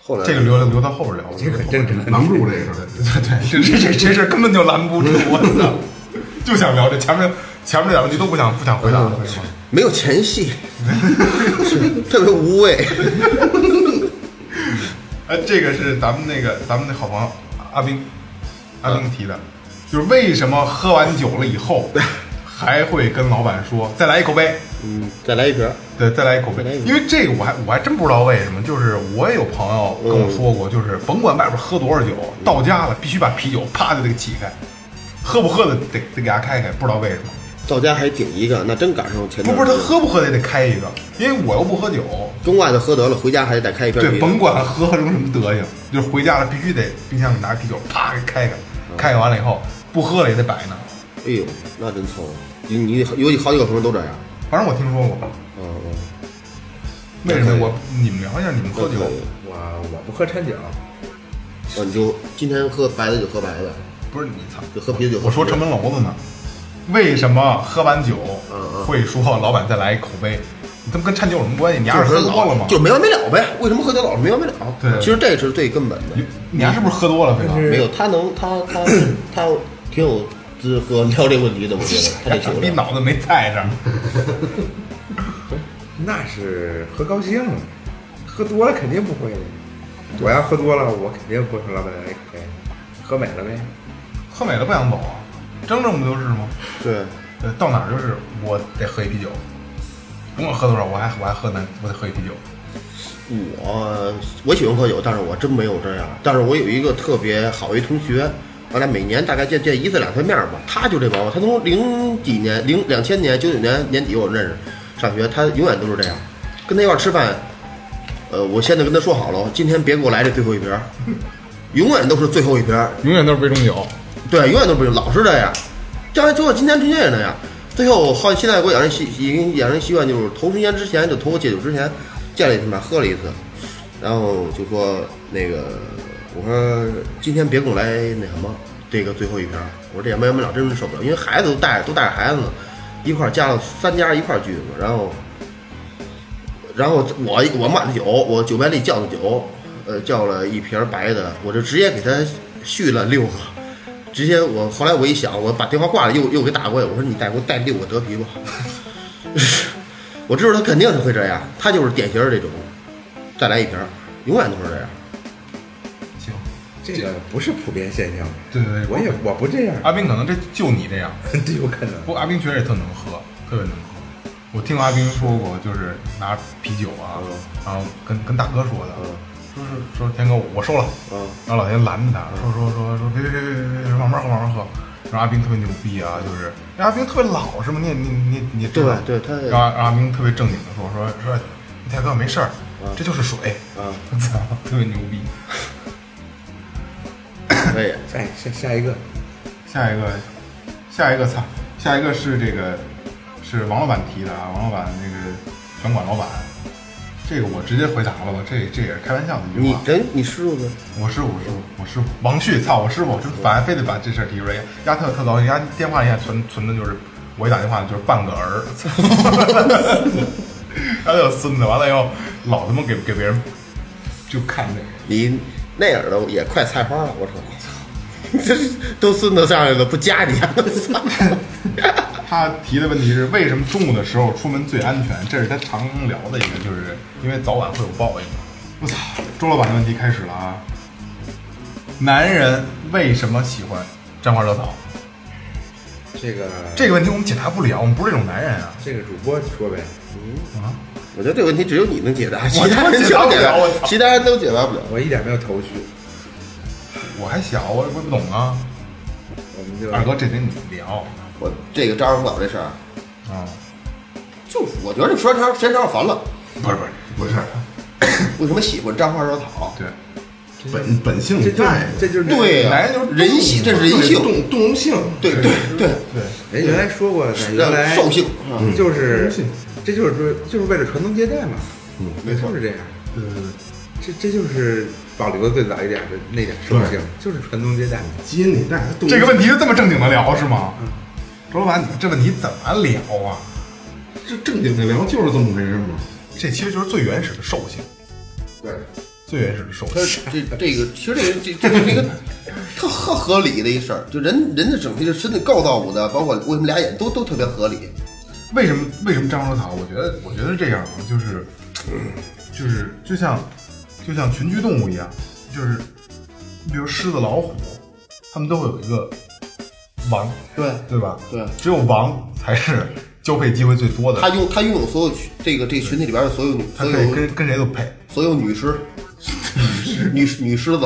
[SPEAKER 5] 后来
[SPEAKER 4] 对，这个留留到后边聊，
[SPEAKER 7] 这很正常。
[SPEAKER 9] 拦不住这个事儿。
[SPEAKER 4] 对对，这这这事儿根本就拦不住，我操！就想聊这前面前面这两问题都不想不想回答了，是吗
[SPEAKER 5] 没有前
[SPEAKER 4] [laughs]
[SPEAKER 5] 戏，是特别无味。
[SPEAKER 4] 哎，这个是咱们那个咱们那好朋友阿兵阿兵提的，就是为什么喝完酒了以后还会跟老板说再来一口杯，
[SPEAKER 5] 嗯，再来一瓶儿。
[SPEAKER 4] 对，再来一口杯
[SPEAKER 5] 再来一，口
[SPEAKER 4] 因为这个我还我还真不知道为什么，就是我也有朋友跟我说过，就是甭管外边喝多少酒，到家了必须把啤酒啪就得给起开，喝不喝的得得给它开开，不知道为什么。
[SPEAKER 5] 到家还顶一个，那真赶上前
[SPEAKER 4] 不
[SPEAKER 5] 段
[SPEAKER 4] 不是他
[SPEAKER 5] 时间
[SPEAKER 4] 喝不喝也得开一个，因为我又不喝酒，
[SPEAKER 5] 中外的喝得了，回家还得再开一瓶啤
[SPEAKER 4] 对，
[SPEAKER 5] 酒。
[SPEAKER 4] 甭管喝成什么德行，就是回家了必须得冰箱里拿啤酒啪给开开，
[SPEAKER 5] 嗯
[SPEAKER 4] 开开完了以后不喝了也得摆那儿。
[SPEAKER 5] 哎呦，那真臭！你你有好几个朋友都这样。
[SPEAKER 4] 反正我听说过，
[SPEAKER 5] 嗯嗯，
[SPEAKER 4] 为什么我你们聊一下你们喝酒
[SPEAKER 5] 那可以
[SPEAKER 7] 我我不喝掺酒，
[SPEAKER 5] 那你就今天喝白的就喝白的，
[SPEAKER 4] 不是你操，
[SPEAKER 5] 就喝啤酒。
[SPEAKER 4] 我说城门楼子呢，为什么喝完酒
[SPEAKER 5] 嗯嗯
[SPEAKER 4] 会说老板再来一口杯？你他妈跟掺酒有什么关系？你丫
[SPEAKER 5] 就是是
[SPEAKER 4] 喝多了吗
[SPEAKER 5] 老？就没完没了呗。为什么喝酒老是没完没了？啊
[SPEAKER 4] 对嗯
[SPEAKER 5] 其实这是最根本的。
[SPEAKER 4] 你你丫是不是喝多了？非常
[SPEAKER 5] 没有，他能，他他他挺有资格聊这个问题的，我觉
[SPEAKER 4] [laughs] 哎
[SPEAKER 5] 得他得
[SPEAKER 4] 呀
[SPEAKER 5] 挺有
[SPEAKER 4] 你
[SPEAKER 5] 料。
[SPEAKER 4] 脑子没在这儿。
[SPEAKER 7] 那是喝高兴了，喝多了肯定不会的。我要喝多了，我肯定不会说老板来一杯，喝美了呗。
[SPEAKER 4] 喝美了不想走啊？铮铮不就是吗？
[SPEAKER 5] 对，
[SPEAKER 4] 呃，到哪儿就是我得喝一啤酒，甭管喝多少，我还我还喝呢，我得喝一啤酒。
[SPEAKER 5] 我我喜欢喝酒，但是我真没有这样。但是我有一个特别好一同学，完了每年大概见见一次两次面吧，他就这毛病，他从零几年、零两千年、九九年年底我认识，上学他永远都是这样。跟他一块儿吃饭，呃，我现在跟他说好了，今天别给我来这最后一瓶儿，永远都是最后一瓶儿，
[SPEAKER 4] 永远都是杯中酒。
[SPEAKER 5] 对，永远都不行，老是这样。将来最后今天今天也那样。最后好，现在给我养成习已经养成习惯，就是头十年之前，就头戒酒之前，见了一次面，喝了一次，然后就说那个，我说今天别跟我来那什么，这个最后一瓶儿。我说这也没完没了，真是受不了，因为孩子都带着都带着孩子呢，一块儿加了三家一块儿聚嘛，然后然后我我买的酒，我酒吧里叫的酒，呃，叫了一瓶白的，我就直接给他续了六个，直接我后来我一想，我把电话挂了，又又给打过去，我说你再给我带六个德啤吧， [laughs] 我知道他肯定是会这样，他就是典型的这种，再来一瓶，永远都是这样。
[SPEAKER 4] 行，
[SPEAKER 7] 这个不是普遍现象，
[SPEAKER 4] 对对对，
[SPEAKER 7] 我也我不这 [laughs] 样，
[SPEAKER 4] 阿斌可能这就你这样，
[SPEAKER 7] 这有可能。
[SPEAKER 4] 不过阿斌确实也特能喝，特别能喝。我听阿斌说过，就是拿啤酒啊，然后跟跟大哥说的，说是说天哥我收了，然后老田拦着他说说说说别别别别别别，慢慢喝慢慢喝。然后阿斌特别牛逼啊，就是然后阿斌特别老实嘛，你也你你你也知道，
[SPEAKER 5] 对对他也
[SPEAKER 4] 然后然后阿斌特别正经的说说说，大哥没事儿，这就是水，我 [laughs] 操，特别牛逼。
[SPEAKER 5] 可以，
[SPEAKER 7] 下一下下一个，
[SPEAKER 4] 下一个，下一个操，下一个是这个是王老板提的啊，王老板那个拳馆老板，这个我直接回答了吧，这这也是开玩笑的一句
[SPEAKER 5] 你
[SPEAKER 4] 话。
[SPEAKER 5] 人你师傅呢？
[SPEAKER 4] 我师傅，我师傅，我师傅王旭，操，我师傅真烦，非得把这事儿提出来，丫特特高兴，丫电话里还存存的就是我一打电话就是半个儿， [laughs] 操，然后有孙子，完了以后老他妈给给别人就看这个。
[SPEAKER 5] 你那样的也快菜花了，我操！ [laughs] 这都孙子上来了，不加你啊！
[SPEAKER 4] 他提的问题是为什么中午的时候出门最安全？这是他常聊的一个，就是因为早晚会有报应。我操，周老板的问题开始了啊！男人为什么喜欢沾花惹草？
[SPEAKER 7] 这个
[SPEAKER 4] 这个问题我们解答不了，我们不是这种男人啊！
[SPEAKER 7] 这个主播说呗，
[SPEAKER 5] [laughs] 我觉得这个问题只有你能解答，其
[SPEAKER 4] 我他
[SPEAKER 5] 他
[SPEAKER 4] 妈
[SPEAKER 5] 人
[SPEAKER 4] 解答
[SPEAKER 5] 都
[SPEAKER 4] 不
[SPEAKER 5] 解答
[SPEAKER 4] 了我，操
[SPEAKER 5] 其他人都解答不了。
[SPEAKER 7] 我一点没有头绪，
[SPEAKER 4] 我还小，我也不懂啊。
[SPEAKER 7] 我们就
[SPEAKER 4] 二哥，这得你聊
[SPEAKER 5] 我这个张长老这事儿，
[SPEAKER 4] 啊！
[SPEAKER 5] 就是我觉得说张时间长了烦了。
[SPEAKER 4] 不是不是不是，
[SPEAKER 5] 为什么喜欢沾花惹草？
[SPEAKER 4] 对，本本性
[SPEAKER 7] 这就
[SPEAKER 4] 在。
[SPEAKER 7] 这就是
[SPEAKER 5] 哎对呀、
[SPEAKER 4] 男人就是
[SPEAKER 5] 人性，这是人性。
[SPEAKER 7] 动动物性，
[SPEAKER 5] 对对对，
[SPEAKER 7] 人哎原来说过，原来嗯
[SPEAKER 5] 兽性，嗯
[SPEAKER 7] 就是这就是说就是为了传宗接代嘛，嗯，没错，就是这样，
[SPEAKER 4] 对对对，
[SPEAKER 7] 这这就是保留的最早一点的那点兽性，就是传宗接代，
[SPEAKER 10] 基因里带的动物
[SPEAKER 4] 这个问题就这么正经的聊是吗？
[SPEAKER 10] 嗯
[SPEAKER 4] 周老板，你这问题怎么聊啊？
[SPEAKER 10] 这正经的聊就是这么回事嘛。
[SPEAKER 4] 这其实就是最原始的兽性，
[SPEAKER 7] 对，
[SPEAKER 4] 最原始的兽
[SPEAKER 5] 它
[SPEAKER 4] 性。
[SPEAKER 5] 是这这个其实这个这这个是一个特合合理的一事儿，就人人的整体的身体构造骨的，包括为什么俩眼都都特别合理。
[SPEAKER 4] 为什么为什么张若草？我觉得我觉得这样啊，就是就是就像就像群居动物一样，就是你比如狮子、老虎，它们都会有一个王，
[SPEAKER 5] 对
[SPEAKER 4] 对吧？
[SPEAKER 5] 对，
[SPEAKER 4] 只有王才是交配机会最多的，
[SPEAKER 5] 他拥他拥有所有群这个这个群体里边的所有女
[SPEAKER 4] 它
[SPEAKER 5] 所
[SPEAKER 4] 可以
[SPEAKER 5] 有
[SPEAKER 4] 跟跟谁都配。
[SPEAKER 5] 所有女狮，女狮女狮子，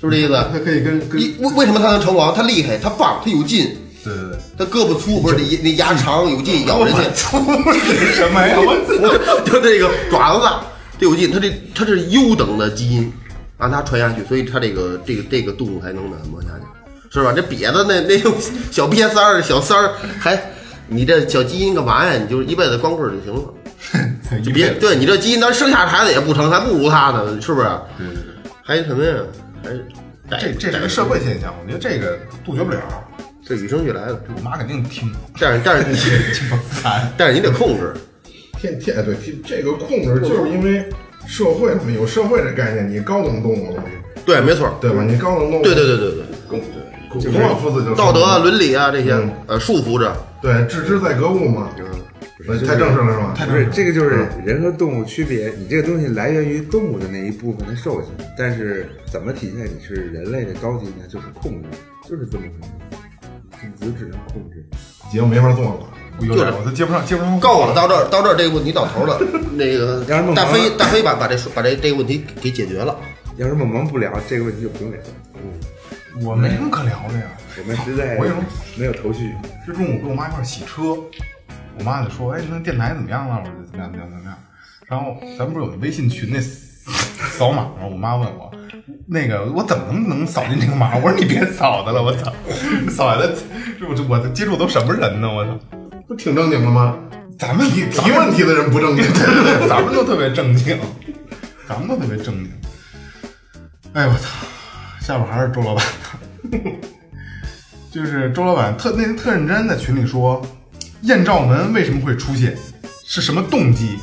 [SPEAKER 5] 是不是这意
[SPEAKER 10] 它
[SPEAKER 5] 思？
[SPEAKER 10] 可以跟跟
[SPEAKER 5] 一为为什么他能成王？他厉害，他棒，他有劲，
[SPEAKER 4] 对对对，
[SPEAKER 5] 他胳膊粗，不是那那牙长有劲，咬人家。
[SPEAKER 10] [laughs]
[SPEAKER 5] [laughs]
[SPEAKER 4] 什么呀？我
[SPEAKER 5] 就这个爪子大，对不劲，它这它这是优等的基因，让它传下去，所以它这个这个这个动物才能传播下去，是吧？这瘪的那那种小瘪三儿、小三儿，还你这小基因干嘛呀？你就是一辈子光棍儿就
[SPEAKER 4] [laughs]
[SPEAKER 5] 行了，就别对你这基因，咱生下孩子也不成，还不如他呢，是不是？
[SPEAKER 4] 对对对，
[SPEAKER 5] 还什么呀？还
[SPEAKER 4] 嗯这这是个社，会现象，我觉得这个杜绝不了。
[SPEAKER 5] 这与生俱来的。
[SPEAKER 4] 我妈肯定听，
[SPEAKER 5] 但是但是你
[SPEAKER 4] [laughs] 听不烦。
[SPEAKER 5] 但是你得控制，
[SPEAKER 10] 天天哎对天这个控制，就是因为社会嘛，有社会的概念，你高等动物了，
[SPEAKER 5] 对，没错，
[SPEAKER 10] 对吧？你高等动物，
[SPEAKER 5] 对对对对对，
[SPEAKER 10] 孔孔老夫子就说
[SPEAKER 5] 道德啊、伦理啊这些
[SPEAKER 10] 嗯
[SPEAKER 5] 呃束缚着。
[SPEAKER 10] 对，置之在格物嘛，那太正式了是吧？
[SPEAKER 7] 不是这个就是人和动物区别，你这个东西来源于动物的那一部分的兽性，但是怎么体现你是人类的高级呢？就是控制，就是这么回事，你就只能控制。
[SPEAKER 10] 节目没法做了。
[SPEAKER 4] 有点我都接不上，接不上。
[SPEAKER 5] 够了，到这儿到这儿这个问题到头了。那个
[SPEAKER 7] 让人弄
[SPEAKER 5] 大
[SPEAKER 7] 完
[SPEAKER 5] 飞
[SPEAKER 7] 了
[SPEAKER 5] 大飞把把这把这这个问题给解决了。
[SPEAKER 7] 要是梦萌不聊这个问题就不用聊，
[SPEAKER 4] 我没什么可聊的呀。
[SPEAKER 7] 我们实在
[SPEAKER 4] 我有
[SPEAKER 7] 没有头绪。
[SPEAKER 4] 这中午跟我妈一块儿洗车，我妈就说：“哎，那电台怎么样了？”我说：“怎么样，怎么样，怎么样。”然后咱不是有那微信群那扫码吗？我妈问我，那个我怎么能能扫进这个码？我说你别扫它了，我操！扫完了，这我这我接触都什么人呢？我操！
[SPEAKER 10] 不挺正经的吗？
[SPEAKER 4] 咱们提
[SPEAKER 10] 提问题的人不正经，
[SPEAKER 4] 咱们都特别正经， [laughs] 咱们都特别正经。哎我操，下边还是周老板，就是周老板特那天特认真在群里说，艳照门为什么会出现，是什么动机？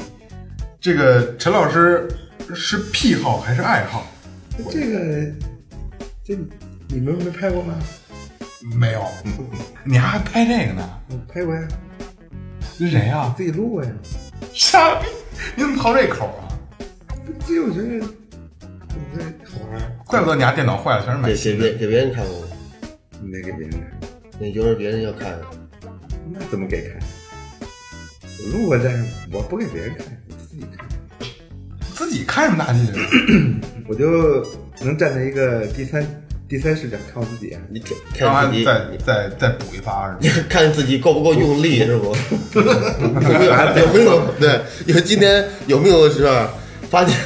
[SPEAKER 4] 这个陈老师是癖好还是爱好？
[SPEAKER 7] 这个，这你们没拍过吗？
[SPEAKER 4] 没有，你还拍这个呢？
[SPEAKER 7] 我嗯拍过呀，
[SPEAKER 4] 是谁呀、 [laughs] 啊？
[SPEAKER 7] 自己录过呀。
[SPEAKER 4] 傻逼，你怎么掏这口啊？
[SPEAKER 7] 不这我觉得，我这好玩儿，
[SPEAKER 4] 怪不得你家电脑坏了，全是买新的。
[SPEAKER 5] 给别人看过吗？
[SPEAKER 7] 没给别人看，
[SPEAKER 5] 你觉得别人要看？
[SPEAKER 7] 那怎么给看？我录过，但是我不给别人看，我自己看，
[SPEAKER 4] 自己看什么大劲啊？
[SPEAKER 7] 我就能站在一个第三第三视角看我自己啊。
[SPEAKER 5] 你看
[SPEAKER 4] 然后
[SPEAKER 5] 看自
[SPEAKER 4] 还
[SPEAKER 5] 己，
[SPEAKER 4] 再再再补一发是吗？
[SPEAKER 5] [laughs] 看自己够不够用力是不？ [laughs] 有没有有没有对？有今天有没有是吧？发现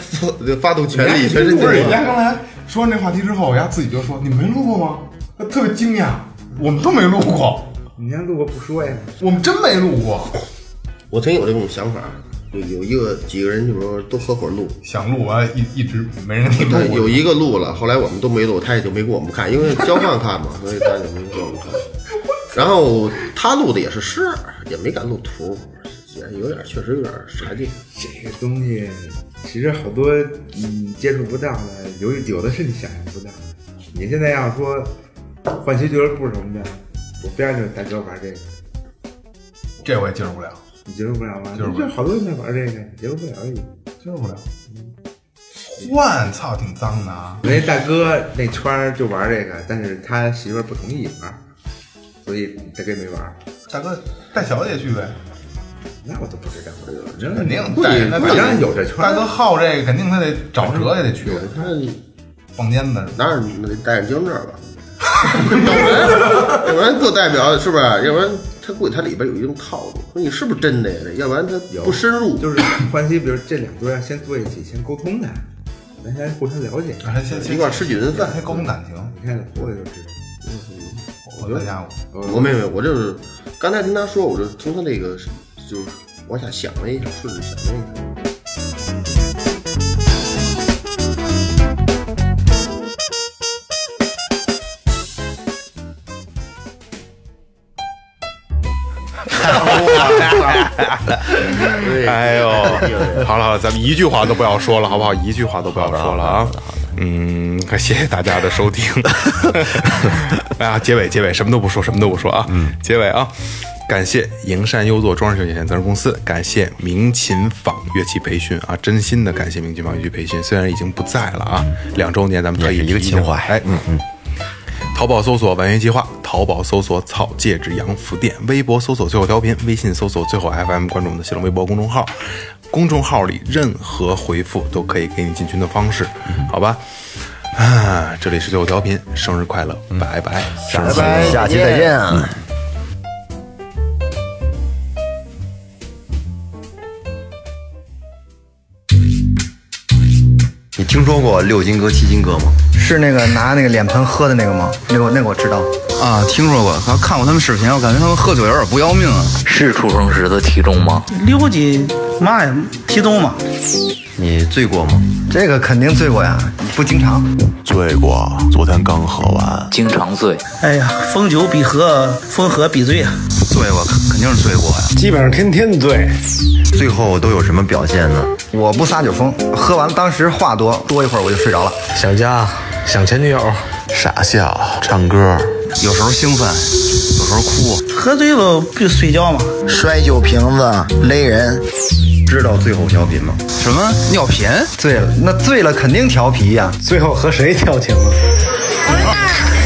[SPEAKER 5] 发动全力，全身啊
[SPEAKER 4] 不
[SPEAKER 5] 劲
[SPEAKER 4] 是，人家
[SPEAKER 5] 儿。
[SPEAKER 4] 刚才说完这话题之后，人家自己就说：“你没录过吗？”他特别惊讶，我们都没录过，
[SPEAKER 7] 你家录过不说呀？
[SPEAKER 4] 我们真没录过。
[SPEAKER 5] 我曾经有这种想法，有有一个几个人就说都合伙录，
[SPEAKER 4] 想录完一一直没人给你
[SPEAKER 5] 对，有
[SPEAKER 4] 录，
[SPEAKER 5] 一个录了，后来我们都没录，他也就没给我们看，因为交换看嘛，所以他就没给我们看。然后他录的也是诗，也没敢录图，
[SPEAKER 11] 也有点确实有点差劲。
[SPEAKER 7] 这个东西其实好多嗯接触不到的，有有的是你想象不到的。你现在要说换球俱乐部什么的，我非让你大哥玩这个，
[SPEAKER 4] 这我也接受不了，
[SPEAKER 7] 你接受不了吗？
[SPEAKER 4] 接受不了
[SPEAKER 7] 就好多人在玩这个，接受不了而已。
[SPEAKER 4] 接受不了。换，操，挺脏的啊！
[SPEAKER 7] 我那大哥那圈儿就玩这个，但是他媳妇儿不同意玩，所以大哥没玩。
[SPEAKER 4] 大哥带小姐去呗，
[SPEAKER 7] 那我都不知道，我
[SPEAKER 4] 肯定
[SPEAKER 5] 嗯
[SPEAKER 7] 估计
[SPEAKER 4] 带那
[SPEAKER 7] 估计人有这圈
[SPEAKER 4] 大
[SPEAKER 7] 儿，
[SPEAKER 4] 哥好这个，肯定他得找辙也得去，
[SPEAKER 5] 他
[SPEAKER 4] 棒尖子是吧
[SPEAKER 5] 哪有你们得带着精证吧？要不然，要不然各代表是不是？啊要不然他估计他里边有一种套路，说你是不是真的呀？要不然他不深入。
[SPEAKER 7] 就是欢喜，比如这两队要先坐一起，先沟通的，咱先互相了解。
[SPEAKER 4] 还先先
[SPEAKER 5] 一块儿吃几顿饭
[SPEAKER 4] 先沟通感情。
[SPEAKER 7] 你看我就知道，
[SPEAKER 4] 我我家伙，
[SPEAKER 5] 我没有没有，我就是刚才听他说，我就从他那个就是往下想了一下，顺着想了一下。
[SPEAKER 12] 哎
[SPEAKER 2] [laughs]
[SPEAKER 12] 呦，好了好了，咱们一句话都不要说了，好不好？一句话都不要说了啊。嗯，谢谢大家的
[SPEAKER 2] [laughs]
[SPEAKER 12] 收听。哎呀，结尾结尾，什么都不说，什么都不说啊。嗯，结尾啊，感谢营山优作装饰有限责任公司，感谢明琴坊乐器培训啊，真心的感谢明琴坊乐器培训，虽然已经不在了啊，两周年咱们特意
[SPEAKER 2] 也是一个
[SPEAKER 12] 提下
[SPEAKER 2] 情怀
[SPEAKER 12] 哎，嗯嗯。淘宝搜索“完约计划”，淘宝搜索“草戒指洋服店”，微博搜索“最后调频”，微信搜索“最后 FM”，关注我们的新浪微博公众号。公众号里任何回复都可以给你进群的方式，好吧？啊，这里是最后调频，生日快乐，拜拜，生日
[SPEAKER 2] 拜拜，下期再见啊！你听说过六金哥、七金哥吗？
[SPEAKER 13] 是那个拿那个脸盆喝的那个吗？那个那个我知道。
[SPEAKER 14] 啊，听说过，还看过他们视频，我感觉他们喝酒有点不要命啊。
[SPEAKER 15] 是出生时的体重吗？
[SPEAKER 13] 六斤，妈呀，体重嘛，
[SPEAKER 2] 你醉过吗？
[SPEAKER 13] 这个肯定醉过呀，不经常。
[SPEAKER 16] 醉过，昨天刚喝完。
[SPEAKER 15] 经常醉，
[SPEAKER 13] 哎呀，逢酒必喝，逢喝必醉啊。
[SPEAKER 14] 醉过，肯肯定是醉过呀。
[SPEAKER 16] 基本上天天醉。
[SPEAKER 2] 最后都有什么表现呢？
[SPEAKER 13] 我不撒酒疯，喝完当时话多，多一会儿我就睡着了。
[SPEAKER 16] 想家，想前女友，傻笑，唱歌，有时候兴奋，有时候哭。
[SPEAKER 13] 喝醉了不就睡觉吗？
[SPEAKER 14] 摔酒瓶子勒人，
[SPEAKER 2] 知道最后调频吗？
[SPEAKER 14] 什么尿频？
[SPEAKER 13] 醉了，那醉了肯定调皮呀、
[SPEAKER 16] 最后和谁调情了？
[SPEAKER 17] 我们那儿